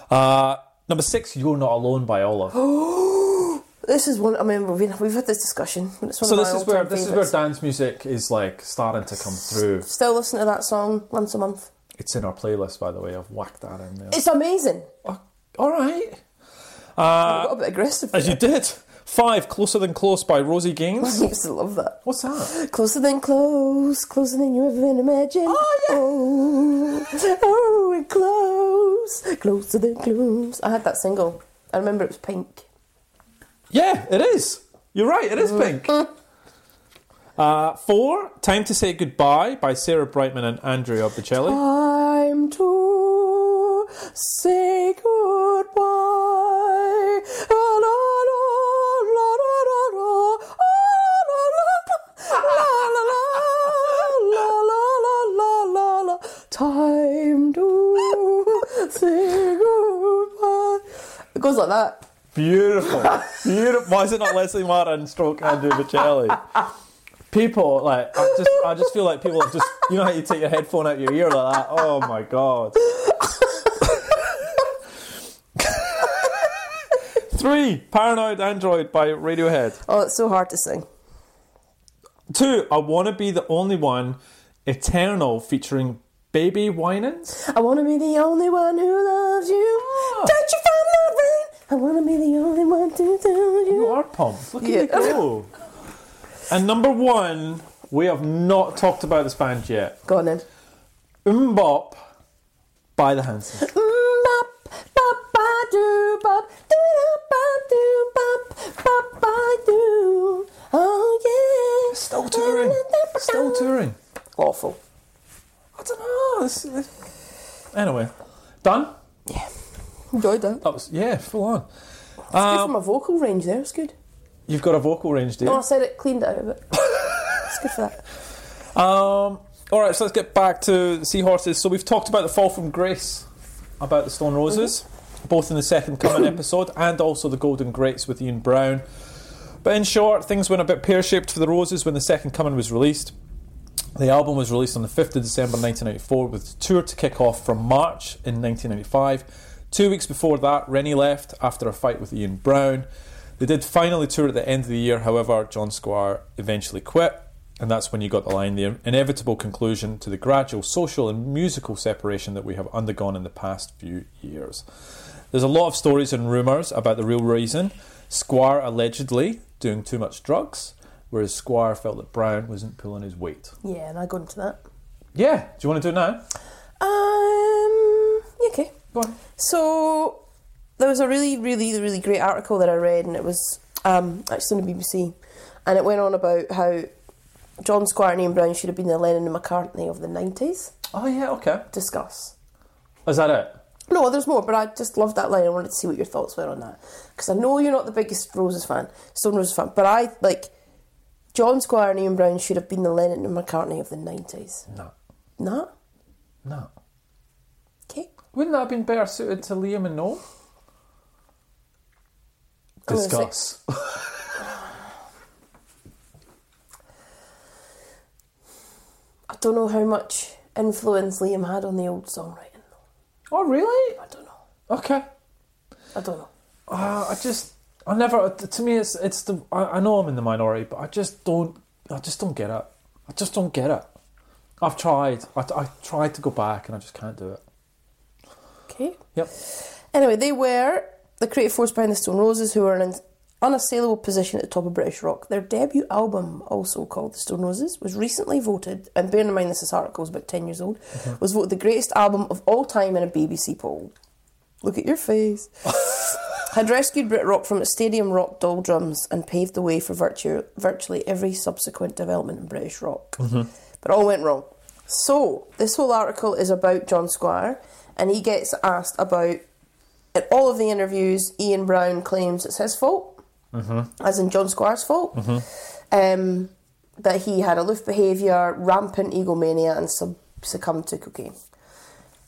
Uh, number six, You're Not Alone by Olive. This is one. I mean, we've, we've had this discussion. and It's one so of my this is all-time where this is where favourites. dance music is like starting to come through. Still listen to that song once a month. It's in our playlist, by the way. I've whacked that in there. It's amazing. All right. I got a bit aggressive. As you did. Five, Closer Than Close by Rosie Gaines. I used to love that. What's that? Closer than close, closer than you ever imagine. Oh, yeah. Oh, oh, we're close, closer than close. I had that single. I remember it was pink. Yeah, it is. You're right, it is Mm. pink. Uh, four, Time to Say Goodbye by Sarah Brightman and Andrea Bocelli. Time to say goodbye. La, la, la, la, la, la, la. Ah, la, la, la, la, la, la, la, la, la, la. Time to say goodbye. It goes like that. Beautiful. Beautiful. Why is it not Leslie Mara and Stroke Andrea Bocelli? People like I just I just feel like people have just you know how you take your headphone out your ear like that. Oh my god. Three, Paranoid Android by Radiohead. Oh, it's so hard to sing. Two, I want to be the only one. Eternal featuring Baby Winans. I wanna be the only one who loves you. Don't you find my rain? I wanna be the only one to tell You you. are pumped. Look at Yeah. you go. and number one, we have not talked about this band yet. Go on then. Umbop by the Hansons. Bop, bop, ba, do, bop, do, da, ba, do, bop, bop, ba, do. Oh, yeah. Still touring. Still touring. Awful. Ah. I don't know. It's- it's- Anyway, done. Enjoyed that. That was yeah, full on. good for my vocal range there. It's good. You've got a vocal range, dear. No, I said it cleaned it out a bit. it's good for that. Um, all right, so let's get back to the seahorses. So we've talked about the fall from grace, about the Stone Roses, both in the second coming episode, and also the Golden Greats with Ian Brown. But in short, things went a bit pear shaped for the Roses when the second coming was released. The album was released on the 5th of December 1994 with the tour to kick off from March in 1995. Two weeks before that, Rennie left after a fight with Ian Brown. They did finally tour at the end of the year, however, John Squire eventually quit, and that's when you got the line the inevitable conclusion to the gradual social and musical separation that we have undergone in the past few years. There's a lot of stories and rumours about the real reason. Squire allegedly doing too much drugs, whereas Squire felt that Brown wasn't pulling his weight. Yeah, and I got into that. Yeah. Do you want to do it now? Um, yeah, okay. Go on. So there was a really, really, really great article that I read, and it was um, actually on the BBC, and it went on about how John Squire and Ian Brown should have been the Lennon and McCartney of the nineties. Oh yeah. Okay. Discuss. Is that it? No, there's more, but I just loved that line. I wanted to see what your thoughts were on that because I know you're not the biggest Roses fan, Stone Roses fan, but I like John Squire and Ian Brown should have been the Lennon and McCartney of the nineties. No. Nah, No. okay. Wouldn't that have been better suited to Liam and Noel? I'm gonna say- Discuss. I don't know how much influence Liam had on the old songwriting. oh really? I don't know. Okay. I don't know. Uh, I just. I never. To me, it's it's the. I, I know I'm in the minority, but I just don't. I just don't get it. I just don't get it. I've tried. I, I tried to go back, and I just can't do it. Okay. Yep. Anyway, they were the creative force behind the Stone Roses, who were an unassailable position at the top of British rock. Their debut album, also called The Stone Roses, was recently voted, and bear in mind this is article is about 10 years old, was voted the greatest album of all time in a BBC poll. Look at your face. Had rescued Brit rock from its stadium rock doldrums and paved the way for virtu- virtually every subsequent development in British rock. But all went wrong. So, this whole article is about John Squire, and he gets asked about in all of the interviews, Ian Brown claims it's his fault, as in John Squire's fault, um, that he had aloof behaviour, rampant egomania, and sub- succumbed to cocaine.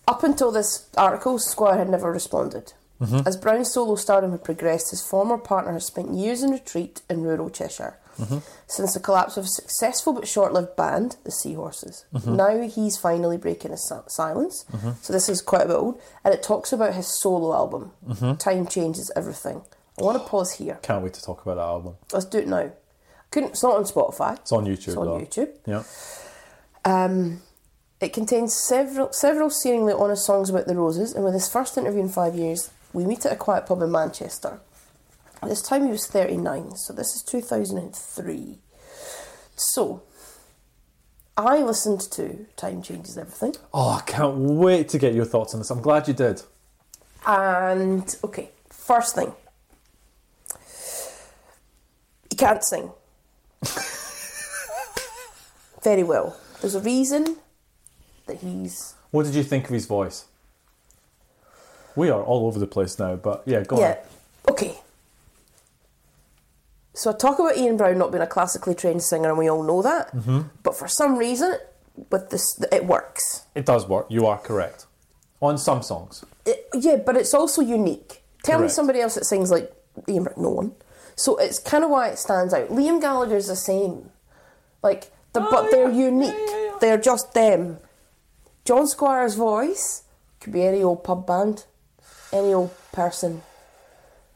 Up until this article, Squire had never responded. As Brown's solo stardom had progressed, his former partner had spent years in retreat in rural Cheshire. Since the collapse of a successful but short lived band, the Seahorses. Now he's finally breaking his si- silence. So this is quite a bit old. And it talks about his solo album, Time Changes Everything. I want to pause here. Can't wait to talk about that album. Let's do it now. Couldn't, it's not on Spotify. It's on YouTube. It's on though. YouTube. Yeah. Um, it contains several several seemingly honest songs about the roses, and with his first interview in five years, we meet at a quiet pub in Manchester. At this time, he was 39, so this is 2003. So, I listened to Time Changes Everything, Oh, I can't wait to get your thoughts on this. I'm glad you did. and okay, first thing. He can't sing. Very well. There's a reason that he's What did you think of his voice? We are all over the place now, but yeah, go Yeah. Okay. So I talk about Ian Brown not being a classically trained singer, and we all know that. But for some reason, with this, it works. on. It does work. You are correct. On some songs. It- yeah, but it's also unique. Tell me Correct. somebody else that sings like Ian Brown. No one. So it's kind of why it stands out. Liam Gallagher's the same. Like, the, but they're unique. They're just them. John Squire's voice could be any old pub band, any old person.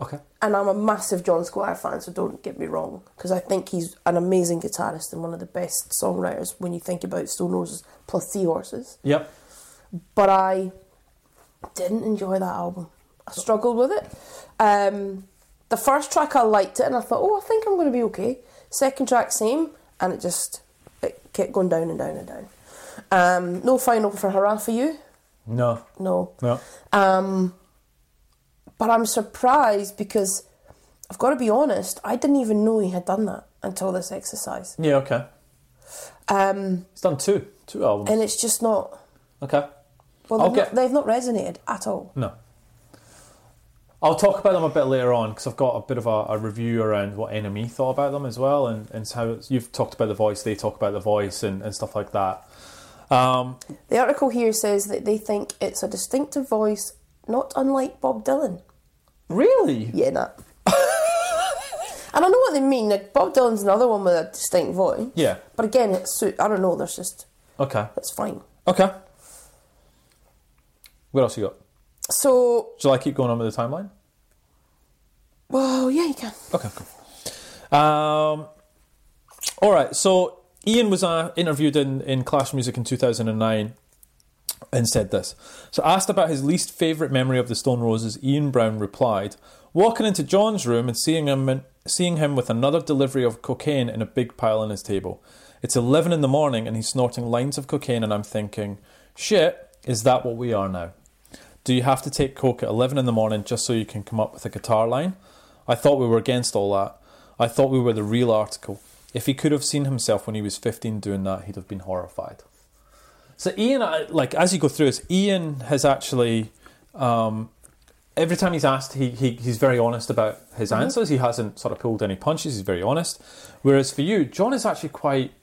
Okay. and I'm a massive John Squire fan, so don't get me wrong, because I think he's an amazing guitarist and one of the best songwriters when you think about Stone Roses plus Seahorses. Yep. But I didn't enjoy that album. I struggled with it. Um, the first track I liked it, and I thought, oh, I think I'm going to be okay. Second track, same, and it just it kept going down and down and down. Um, no final for Hurrah for You, No. no. No. Um, but I'm surprised because I've got to be honest, I didn't even know he had done that until this exercise. Yeah, okay. Um, He's done two. Two albums. and it's just not, okay. well, they've, Okay. not, they've not resonated at all. No. I'll talk about them a bit later on because I've got a bit of a, a review around what NME thought about them as well, and, and how it's, you've talked about the voice, they talk about the voice, and, and stuff like that. Um, The article here says that they think it's a distinctive voice, not unlike Bob Dylan. really? Yeah, nah. and I know what they mean. Like Bob Dylan's another one with a distinct voice. Yeah. But again, it's suit. I don't know. There's just Okay. that's fine. Okay. What else you got? So, Shall I keep going on with the timeline? well, yeah, you can. Okay, cool. Um, all right, so Ian was uh, interviewed in, in Clash Music in 2009 and said this. So, asked about his least favourite memory of the Stone Roses, Ian Brown replied Walking into John's room and seeing him, in, seeing him with another delivery of cocaine in a big pile on his table. It's 11 in the morning and he's snorting lines of cocaine, and I'm thinking, shit, is that what we are now? Do you have to take coke at 11 in the morning just so you can come up with a guitar line? I thought we were against all that. I thought we were the real article. If he could have seen himself when he was 15 doing that, he'd have been horrified. So Ian, I- like as you go through this, Ian has actually, um, every time he's asked, he, he he's very honest about his answers. He hasn't sort of pulled any punches. He's very honest. Whereas for you, John is actually quite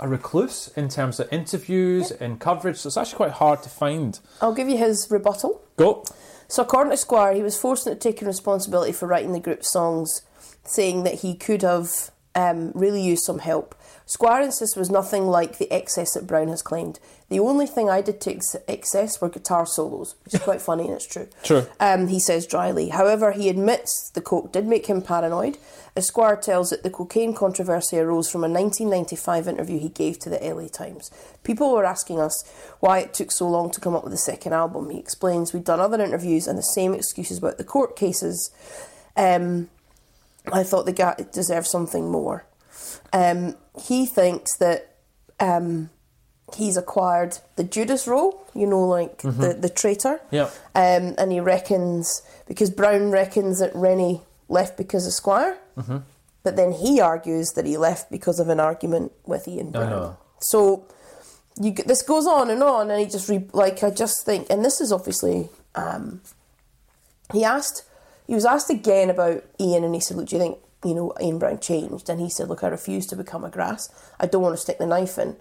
a recluse in terms of interviews and coverage. So it's actually quite hard to find. I'll give you his rebuttal. Go. So, according to Squire, he was forced into taking responsibility for writing the group's songs, saying that he could have um, really used some help. Squire insists there was nothing like the excess that Brown has claimed. The only thing I did to ex- excess were guitar solos, which is quite funny and it's true. True. Um, he says dryly. However, he admits the coke did make him paranoid. As Squire tells it, the cocaine controversy arose from a 1995 interview he gave to the LA Times. People were asking us why it took so long to come up with the second album. He explains we'd done other interviews and the same excuses about the court cases. Um, I thought the guy deserved something more. Um, he thinks that um, he's acquired the Judas role, you know, like the, the traitor. Mm-hmm. Yeah. Um, and he reckons, because Brown reckons that Rennie left because of Squire, Mm-hmm. but then he argues that he left because of an argument with Ian Brown. know. So you, g- this goes on and on, and he just, re, like, I just think, and this is obviously he asked he was asked again about Ian and he said, Look, do you think you know Ian Brown changed? And he said, Look, I refuse to become a grass. I don't want to stick the knife in.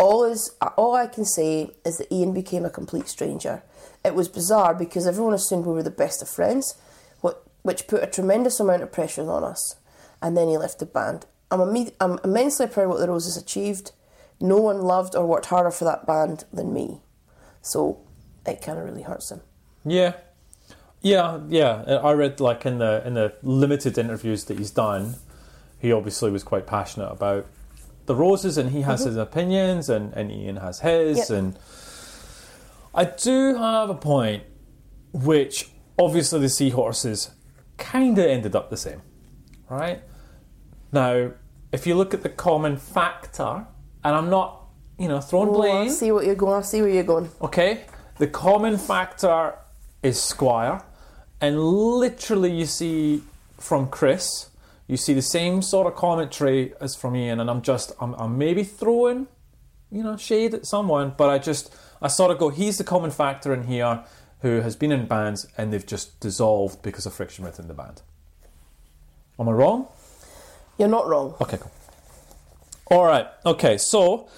All is all I can say is that Ian became a complete stranger. It was bizarre because everyone assumed we were the best of friends, what which put a tremendous amount of pressure on us. And then he left the band. I'm, imme- I'm immensely proud of what the Roses achieved. No one loved or worked harder for that band than me. So it kind of really hurts him. Yeah, yeah, yeah. Uh, I read like in the in the limited interviews that he's done, he obviously was quite passionate about the roses, and he has his opinions, and and Ian has his, Mm-hmm. Yep. and I do have a point, which obviously the seahorses kind of ended up the same, right? Now, if you look at the common factor, and I'm not, you know, throwing Go on, blame. Oh, see what you're going. I see where you're going. Okay, the common factor is Squire, and literally you see from Chris, you see the same sort of commentary as from Ian, and I'm just, I'm, I'm maybe throwing, you know, shade at someone, but I just, I sort of go, he's the common factor in here who has been in bands and they've just dissolved because of friction within the band. Am I wrong? You're not wrong. Okay, cool. All right. Okay, so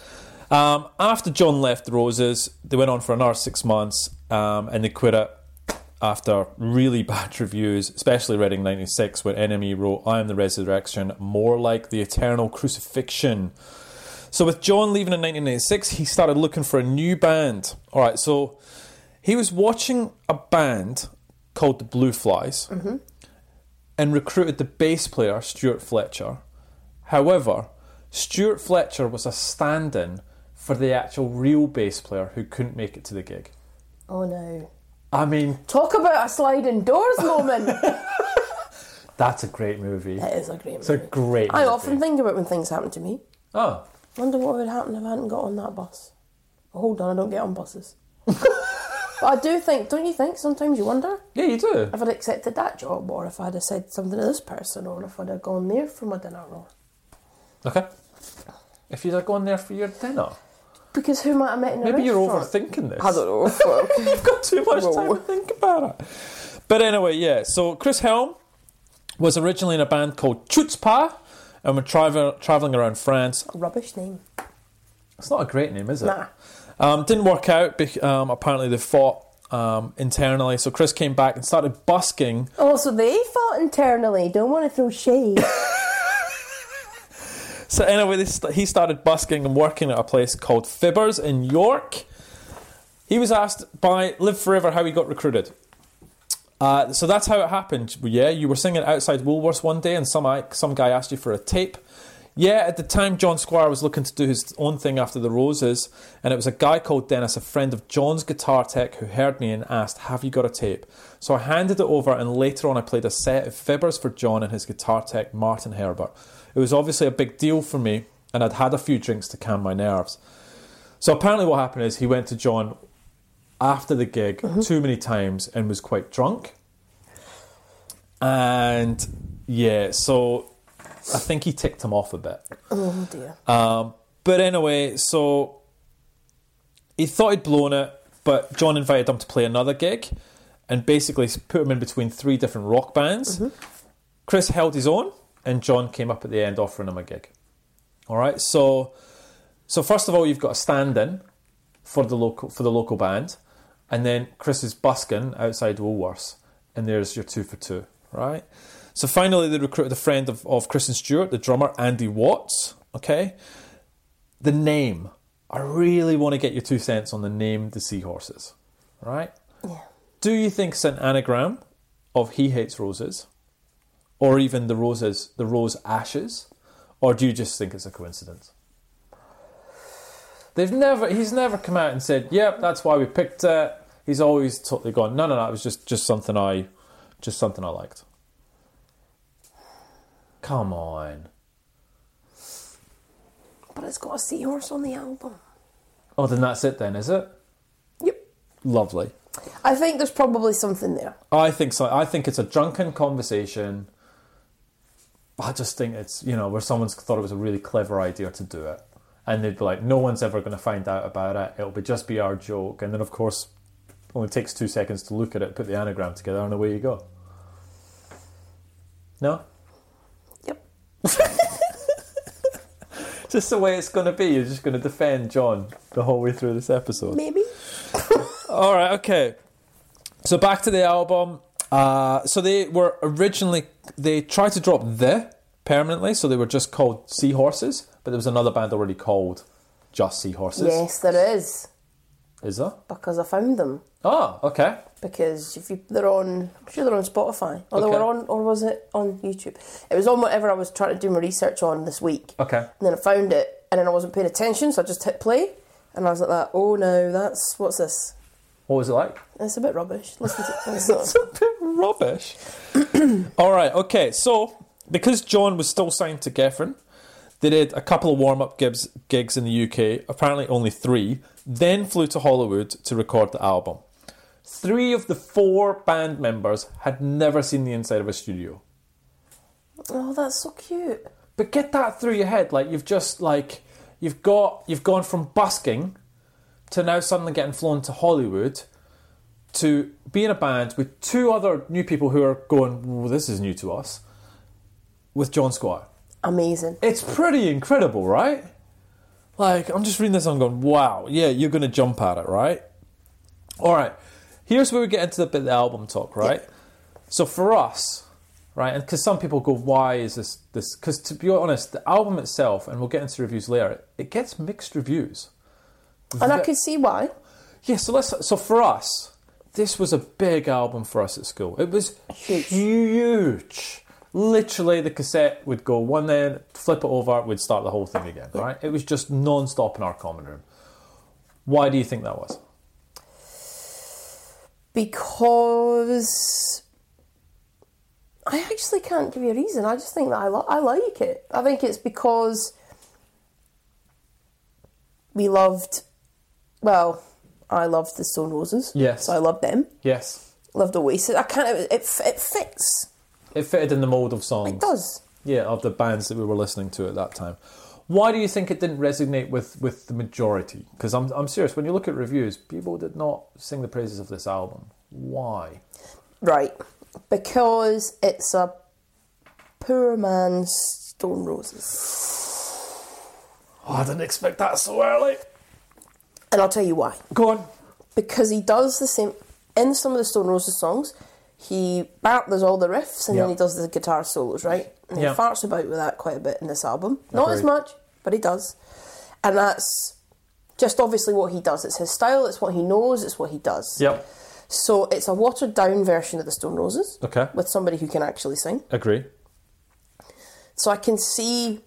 um, after John left the Roses, they went on for another six months um, and they quit it after really bad reviews, especially Reading 96, when Enemy wrote, I am the resurrection, more like the eternal crucifixion. So with John leaving in 1996, he started looking for a new band. All right, so he was watching a band called the Blue Flies and recruited the bass player Stuart Fletcher. However, Stuart Fletcher was a stand-in for the actual real bass player who couldn't make it to the gig. Oh no. I mean, Talk about a sliding doors moment. that's a great movie. it is a great It's a movie. great. I movie. often think about when things happen to me. Oh, Wonder what would happen if I hadn't got on that bus. Oh, hold on, I don't get on buses. but I do think, don't you think? Sometimes you wonder yeah, you do. if I'd accepted that job, or if I'd have said something to this person, or if I'd have gone there for my dinner, or Okay. If you'd have gone there for your dinner, because who might I met in a maybe you're restaurant? overthinking this. I don't know. fuck. You've got too much time Whoa. to think about it. But anyway, yeah. So Chris Helm was originally in a band called Chutzpah, and were travel traveling around France. Rubbish name. It's not a great name, is it? Nah. Um, didn't work out. bec- Um, apparently, they fought um, internally. So Chris came back and started busking. Also, they fought internally. Don't want to throw shade. So anyway, they st- he started busking and working at a place called Fibbers in York. He was asked by Live Forever how he got recruited. Uh, so that's how it happened. Yeah, you were singing outside Woolworths one day, and some some guy asked you for a tape. Yeah, at the time, John Squire was looking to do his own thing after the Roses, and it was a guy called Dennis, a friend of John's guitar tech, who heard me and asked, "Have you got a tape?" So I handed it over, and later on, I played a set of Fibbers for John and his guitar tech, Martin Herbert. It was obviously a big deal for me, and I'd had a few drinks to calm my nerves. So apparently, what happened is he went to John after the gig too many times and was quite drunk. And yeah, so I think he ticked him off a bit. oh dear. Um, But anyway, so he thought he'd blown it, but John invited him to play another gig and basically put him in between three different rock bands. Chris held his own, and John came up at the end offering him a gig. All right, so so first of all, you've got a stand-in for the local for the local band, and then Chris is busking outside Woolworths, and there's your two for two, right? So finally, they recruited a friend of, of Chris and Stewart, the drummer Andy Watts. Okay, the name. I really want to get your two cents on the name the seahorses, right? Yeah. Do you think it's an anagram of he hates roses, or even the roses, the rose ashes, or do you just think it's a coincidence? They've never, he's never come out and said, "Yep, that's why we picked it." He's always totally gone. No, no, no. It was just just something I, just something I liked. Come on. But it's got a seahorse on the album. Oh, then that's it then, is it? Yep. Lovely. I think there's probably something there. I think so. I think it's a drunken conversation. I just think it's you know where someone's thought it was a really clever idea to do it, and they'd be like, no one's ever going to find out about it. It'll be just be our joke, and then of course, it only takes two seconds to look at it, put the anagram together, and away you go. No, Yep. just the way it's going to be. You're just going to defend John the whole way through this episode. Maybe. All right, okay. So back to the album. Uh, so they were originally they tried to drop the permanently, so they were just called Seahorses. But there was another band already called just Seahorses. Yes, there is Is there? because I found them. Oh, okay. Because if you, they're on, I'm sure they're on Spotify, or they Okay. were on, or was it on YouTube? It was on whatever I was trying to do my research on this week. Okay. And then I found it, and then I wasn't paying attention, so I just hit play, and I was like, that, "Oh no, that's what's this? What was it like? It's a bit rubbish." Listen to it's not- It's a bit rubbish. All right, okay. So because John was still signed to Geffen, they did a couple of warm up gigs, gigs in the UK, apparently only three, then flew to Hollywood to record the album. Three of the four band members had never seen the inside of a studio. Oh, that's so cute. But get that through your head, like you've just like you've got you've gone from busking to now suddenly getting flown to Hollywood to be in a band with two other new people who are going, well, this is new to us, with John Squire. Amazing. It's pretty incredible, right? Like, I'm just reading this, I'm going, wow, yeah, you're going to jump at it, right? All right, here's where we get into the bit of the album talk, right? So for us, right, and because some people go, why is this? This Because to be honest, the album itself, and we'll get into reviews later, it gets mixed reviews. And I Ve- could see why. yeah, so let's. So for us, this was a big album for us at school. It was huge. Literally, the cassette would go one end, flip it over, we'd start the whole thing again. Right? It was just non-stop in our common room. Why do you think that was? because I actually can't give you a reason. I just think that I, li- I like it. I think it's because we loved, well, I loved the Stone Roses. Yes. So I loved them. Yes, Loved Oasis. I can't, it, it, it fits. it fitted in the mold of songs. It does. Yeah, of the bands that we were listening to at that time. Why do you think it didn't resonate with, with the majority? Because I'm, I'm serious, when you look at reviews, people did not sing the praises of this album. Why? Right. Because it's a poor man's Stone Roses. Oh, I didn't expect that so early. And I'll tell you why. Go on. because he does the same in some of the Stone Roses songs. He bap there's all the riffs and Yeah. then he does the guitar solos, right? And Yeah. he farts about with that quite a bit in this album. Not as Agreed. much, but he does. And that's just obviously what he does. It's his style, it's what he knows, it's what he does. Yep. So it's a watered down version of the Stone Roses. Okay. With somebody who can actually sing. Agree. So I can see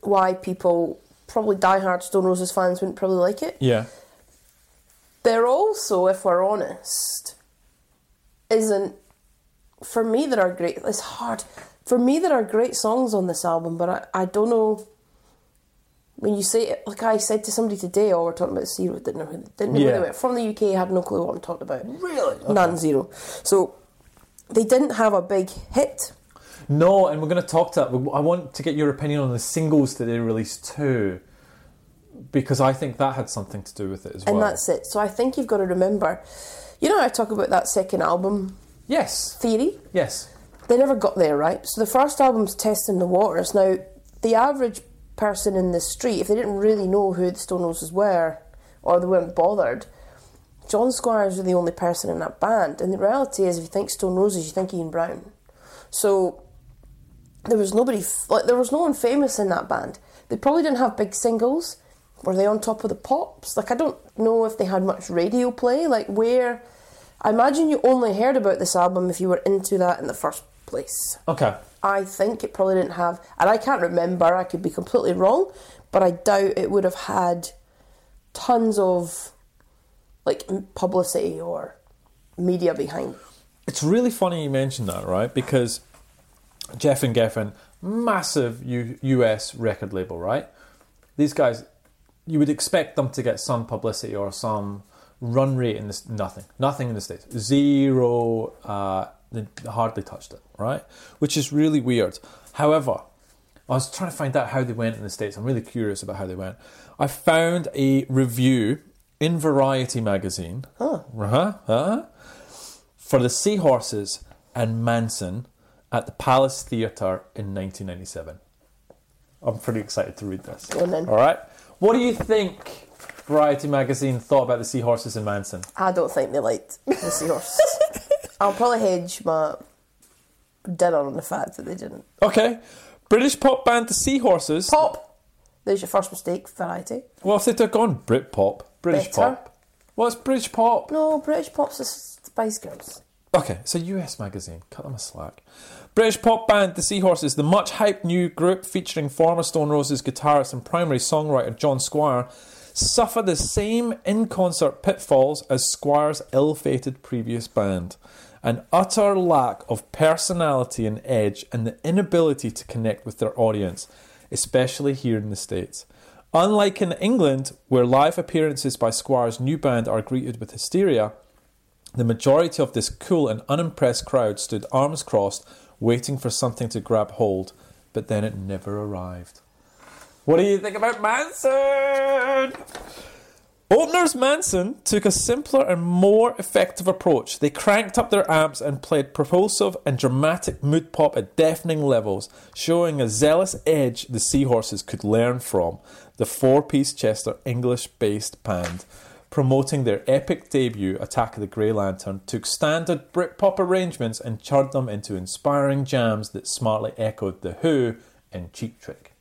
why people probably diehard Stone Roses fans wouldn't probably like it. Yeah. there also, if we're honest, isn't for me there are great it's hard for me there are great songs on this album, but I, I don't know when you say it like I said to somebody today, oh we're talking about zero, didn't know who- didn't know where Yeah. they were from the UK, had no clue what I'm talking about. Really? None zero. So they didn't have a big hit. No, and we're going to talk to that. I want to get your opinion on the singles that they released too, because I think that had something to do with it as well. And that's it. So I think you've got to remember, you know, I talk about that second album Yes. theory. Yes. they never got there, right? So the first album's testing the waters. Now, the average person in the street, if they didn't really know who the Stone Roses were, or they weren't bothered, John Squires was the only person in that band. And the reality is, if you think Stone Roses, you think Ian Brown. So there was nobody, f- like there was no one famous in that band. They probably didn't have big singles. Were they on top of the pops? Like I don't know if they had much radio play. Like where, I imagine you only heard about this album if you were into that in the first place. Okay. I think it probably didn't have, and I can't remember. I could be completely wrong, but I doubt it would have had tons of like m- publicity or media behind. It's really funny you mentioned that, right? Because Jeff and Geffen, massive U- US record label, right? These guys, you would expect them to get some publicity or some run rate in this. Nothing, nothing in the states. Zero. Uh, they hardly touched it, right? Which is really weird. However, I was trying to find out how they went in the states. I'm really curious about how they went. I found a review in Variety magazine. Huh. Uh-huh. Uh-huh for the Seahorses and Manson at the Palace Theatre in 1997. I'm pretty excited to read this. Go on then. All right. What do you think Variety magazine thought about the Seahorses and Manson? I don't think they liked the seahorse. I'll probably hedge my dinner on the fact that they didn't. Okay. British pop band the Seahorses. Pop! There's your first mistake, variety. Well, if they'd have gone Brit pop, British Better. pop. Well, it's British pop. No, British pop's the Spice Girls. Okay, it's a US magazine. Cut them a slack. British pop band The Seahorses, the much hyped new group featuring former Stone Roses guitarist and primary songwriter John Squire, suffer the same in concert pitfalls as Squire's ill fated previous band. An utter lack of personality and edge, and the inability to connect with their audience, especially here in the States. Unlike in England, where live appearances by Squire's new band are greeted with hysteria, the majority of this cool and unimpressed crowd stood arms crossed, waiting for something to grab hold, but then it never arrived. What do you think about Manson? Openers Manson took a simpler and more effective approach. They cranked up their amps and played propulsive and dramatic mood pop at deafening levels, showing a zealous edge the Seahorses could learn from. The four piece Chester English based band, promoting their epic debut, Attack of the Grey Lantern, took standard Britpop arrangements and churned them into inspiring jams that smartly echoed The Who and Cheap Trick.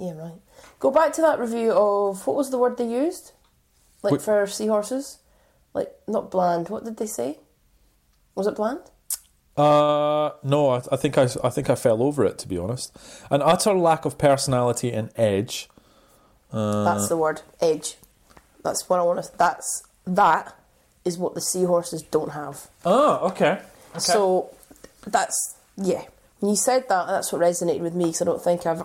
Yeah, right. Go back to that review of what was the word they used? Like Wait. for seahorses? Like, not bland. What did they say? Was it bland? Uh, no, I, I think I, I think I fell over it to be honest. An utter lack of personality and edge. That's the word. Edge. That's what I want to. That's that is what the seahorses don't have. Oh, okay. So that's yeah. When you said that, that's what resonated with me because I don't think I've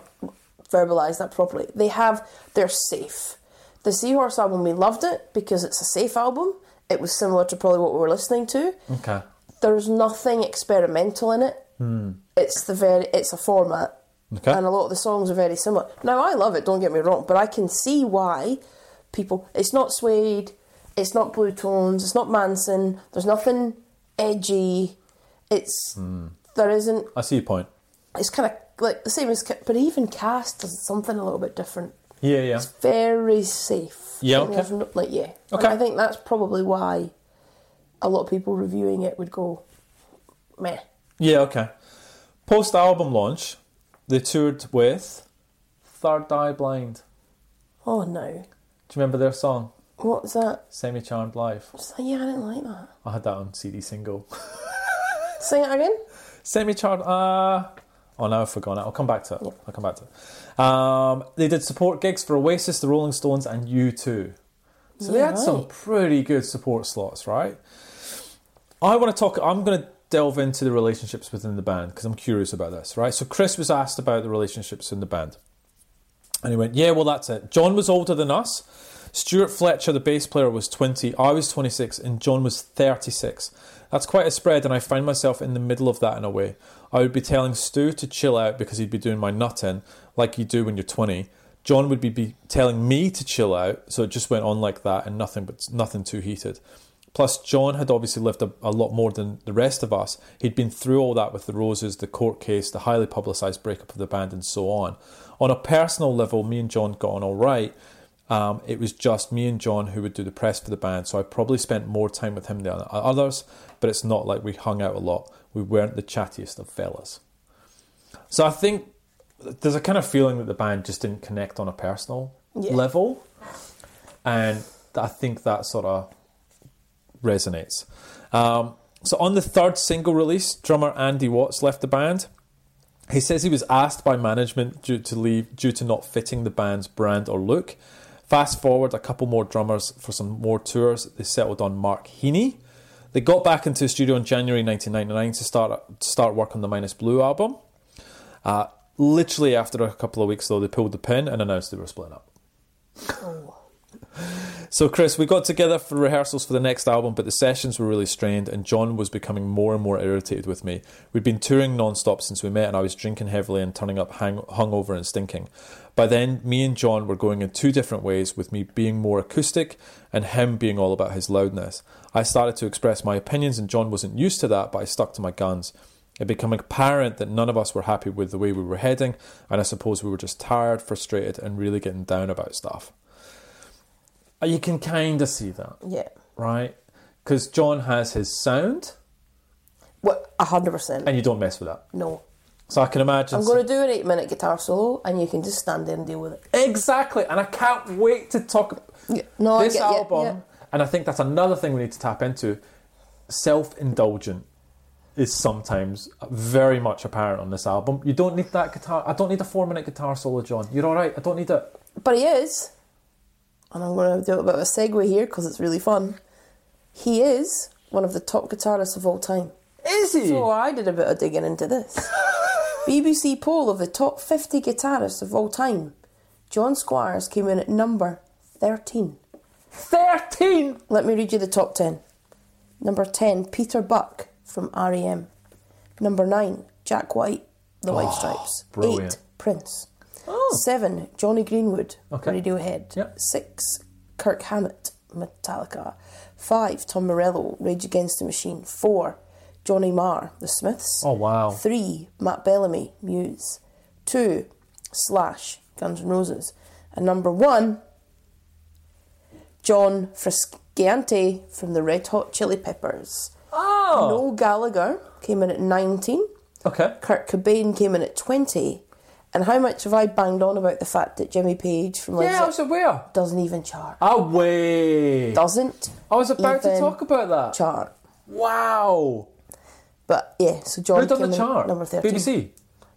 verbalized that properly. They have. They're safe. The seahorse album we loved it because it's a safe album. It was similar to probably what we were listening to. Okay. There's nothing experimental in it. It's the very. It's a format. Okay. And a lot of the songs are very similar. Now I love it, don't get me wrong, but I can see why people it's not suede, it's not blue tones, it's not Manson, there's nothing edgy. It's there isn't I see your point. it's kind of like the same as Ca- but even Cast does something a little bit different. Yeah, yeah. Very safe. Yeah, And okay. there's no- like yeah. And Okay. I think that's probably why a lot of people reviewing it would go meh. Yeah, okay. Post album launch, they toured with Third Eye Blind. Oh no. Do you remember their song? What's that? Semi Charmed Life. What's that? Yeah, I didn't like that. I had that on CD single. Sing it again. Semi charmed. Uh, oh, now I've forgotten it. I'll come back to it. I'll come back to it. Um, they did support gigs for Oasis, the Rolling Stones, and U2. So they Yeah, had some right. pretty good support slots, right? I want to talk. I'm going to delve into the relationships within the band because I'm curious about this, right? So Chris was asked about the relationships in the band, and he went, "Yeah, well, that's it. John was older than us. Stuart Fletcher, the bass player, was 20. I was 26, and John was 36. That's quite a spread, and I find myself in the middle of that in a way. I would be telling Stu to chill out because he'd be doing my nutting like you do when you're 20." John would be, be telling me to chill out, so it just went on like that, and nothing but nothing too heated. Plus, John had obviously lived a, a lot more than the rest of us. He'd been through all that with the Roses, the court case, the highly publicised breakup of the band, and so on. On a personal level, me and John got on all right. Um, it was just me and John who would do the press for the band, so I probably spent more time with him than others, but it's not like we hung out a lot. We weren't the chattiest of fellas. So I think there's a kind of feeling that the band just didn't connect on a personal Yeah. level, and I think that sort of resonates. Um, so on the third single release, drummer Andy Watts left the band. He says he was asked by management due to leave due to not fitting the band's brand or look. Fast forward a couple more drummers for some more tours. They settled on Mark Heaney. They got back into the studio in January 1999 to start to start work on the Minus Blue album. Uh, literally after a couple of weeks, though, they pulled the pin and announced they were splitting up. So, Chris, we got together for rehearsals for the next album, but the sessions were really strained, and John was becoming more and more irritated with me. We'd been touring non stop since we met, and I was drinking heavily and turning up hang- hungover and stinking. By then, me and John were going in two different ways, with me being more acoustic and him being all about his loudness. I started to express my opinions, and John wasn't used to that, but I stuck to my guns. It became apparent that none of us were happy with the way we were heading, and I suppose we were just tired, frustrated, and really getting down about stuff. Uh, You can kind of see that Yeah. right? Because John has his sound, Well, a hundred percent. and you don't mess with that. No. So I can imagine. I'm going to do an eight-minute guitar solo, and you can just stand there and deal with it. exactly, and I can't wait to talk Yeah. No, I this get- yeah, album. And I think that's another thing we need to tap into. Self-indulgent is sometimes very much apparent on this album. You don't need that guitar. I don't need a four-minute guitar solo, John. You're all right. I don't need it. But he is, and I'm going to do a bit of a segue here because it's really fun. He is one of the top guitarists of all time. Is he? So I did a bit of digging into this. BBC poll of the top 50 guitarists of all time. John Squires came in at number 13. Thirteen. Let me read you the top 10. Number 10, Peter Buck from REM. Number 9, Jack White, The White Stripes. Ah, brilliant. 8, Prince. Oh. 7, Johnny Greenwood, Okay. Radiohead. Yep. 6, Kirk Hammett, Metallica. 5, Tom Morello, Rage Against the Machine. 4, Johnny Marr, The Smiths. Oh wow. 3, Matt Bellamy, Muse. 2, Slash, Guns N' Roses. And number 1, John Frusciante from the Red Hot Chili Peppers. Oh. Noel Gallagher came in at 19. Okay. Kurt Cobain came in at 20. And how much have I banged on about the fact that Jimmy Page from Led Yeah, I was Zeppelin aware. doesn't even chart? Away. Doesn't. I was about to even talk about that. chart. Wow. But yeah, so John Who done came the in chart? at number 13. BBC.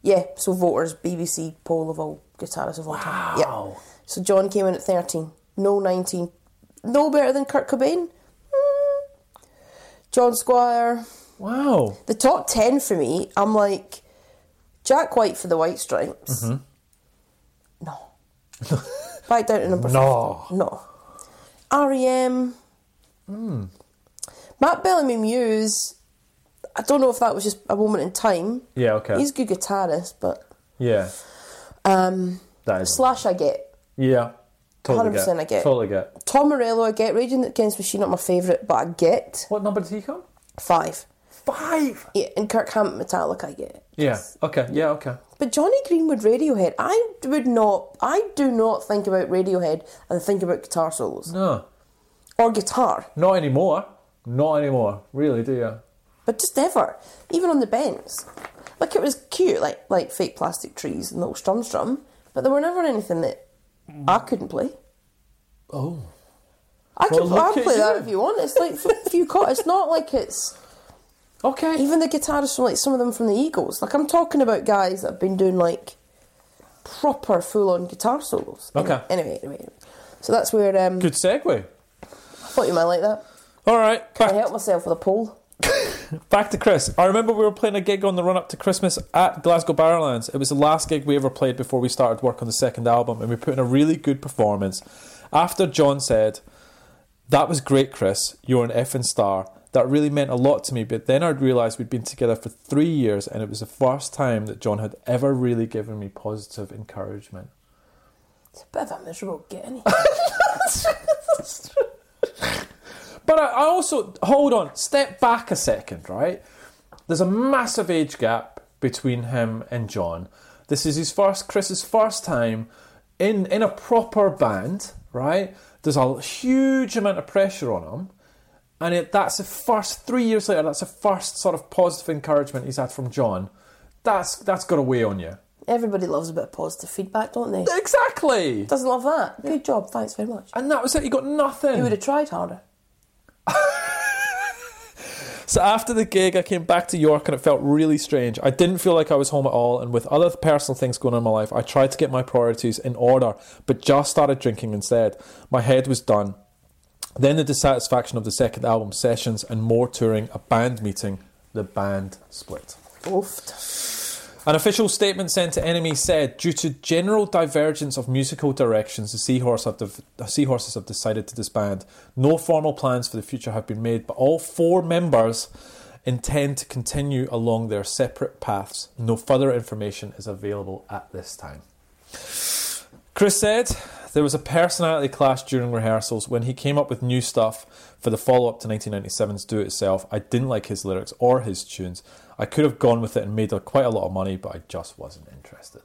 Yeah, so voters, BBC poll of all guitarists of all time. Wow. Yeah. So John came in at 13. No 19. No better than Kurt Cobain. Mm. John Squire. Wow. The top 10 for me, I'm like Jack White for the White Stripes. No. Back down to number Mm-hmm. No. 15. No. REM. Hmm. Matt Bellamy Muse. I don't know if that was just a moment in time. Yeah, okay. He's a good guitarist, but Yeah. um, That is. Slash I get. yeah. Totally 100% I get. Totally get. Tom Morello I get. Raging Against the Machine not my favourite, but I get What number did he come? five. Five. Yeah, and Kirk Hammett Metallica I get. Yeah. Okay. Yeah. Okay. But Johnny Greenwood Radiohead, I would not, I do not think about Radiohead and think about guitar solos No. or guitar, Not anymore. Not anymore. Really, do you? but just ever, even on the bends. Like it was cute, like like fake plastic trees and little strum strum, but there were never anything that I couldn't play. Oh. I could Well, look I'd at play that you. if you want. It's like if you caught. It's not like it's Okay. even the guitarists from like some of them from the Eagles. Like I'm talking about guys that have been doing like proper full on guitar solos. Okay. Anyway, anyway, anyway. so that's where um, Good segue. thought you might like that. All right. I Back, helped myself with a poll. back to Chris. I remember we were playing a gig on the run up to Christmas at Glasgow Barrowlands. It was the last gig we ever played before we started work on the second album, and we put in a really good performance. After John said, That was great, Chris. You're an effing star. That really meant a lot to me. But then I realised we'd been together for three years, and it was the first time that John had ever really given me positive encouragement. It's a bit of a miserable get, isn't it? But I, I also hold on, step back a second, right? There's a massive age gap between him and John. This is his first, Chris's first time in in a proper band, right? There's a huge amount of pressure on him, and it, that's the first three years later. That's the first sort of positive encouragement he's had from John. That's that's got to weigh on you. Everybody loves a bit of positive feedback, don't they? Exactly. Doesn't love that. Good job, thanks very much. And that was it. He got nothing. You would have tried harder. So after the gig, I came back to York and it felt really strange. I didn't feel like I was home at all, and with other personal things going on in my life, I tried to get my priorities in order, but just started drinking instead. My head was done. Then the dissatisfaction of the second album sessions and more touring, a band meeting, the band split. Oofed. An official statement sent to Enemy said, due to general divergence of musical directions, the Seahorse have div- the Seahorses have decided to disband. No formal plans for the future have been made, but all four members intend to continue along their separate paths. No further information is available at this time. Chris said there was a personality clash during rehearsals when he came up with new stuff for the follow up to 1997's Do It Itself. I didn't like his lyrics or his tunes. I could have gone with it and made a- quite a lot of money, but I just wasn't interested.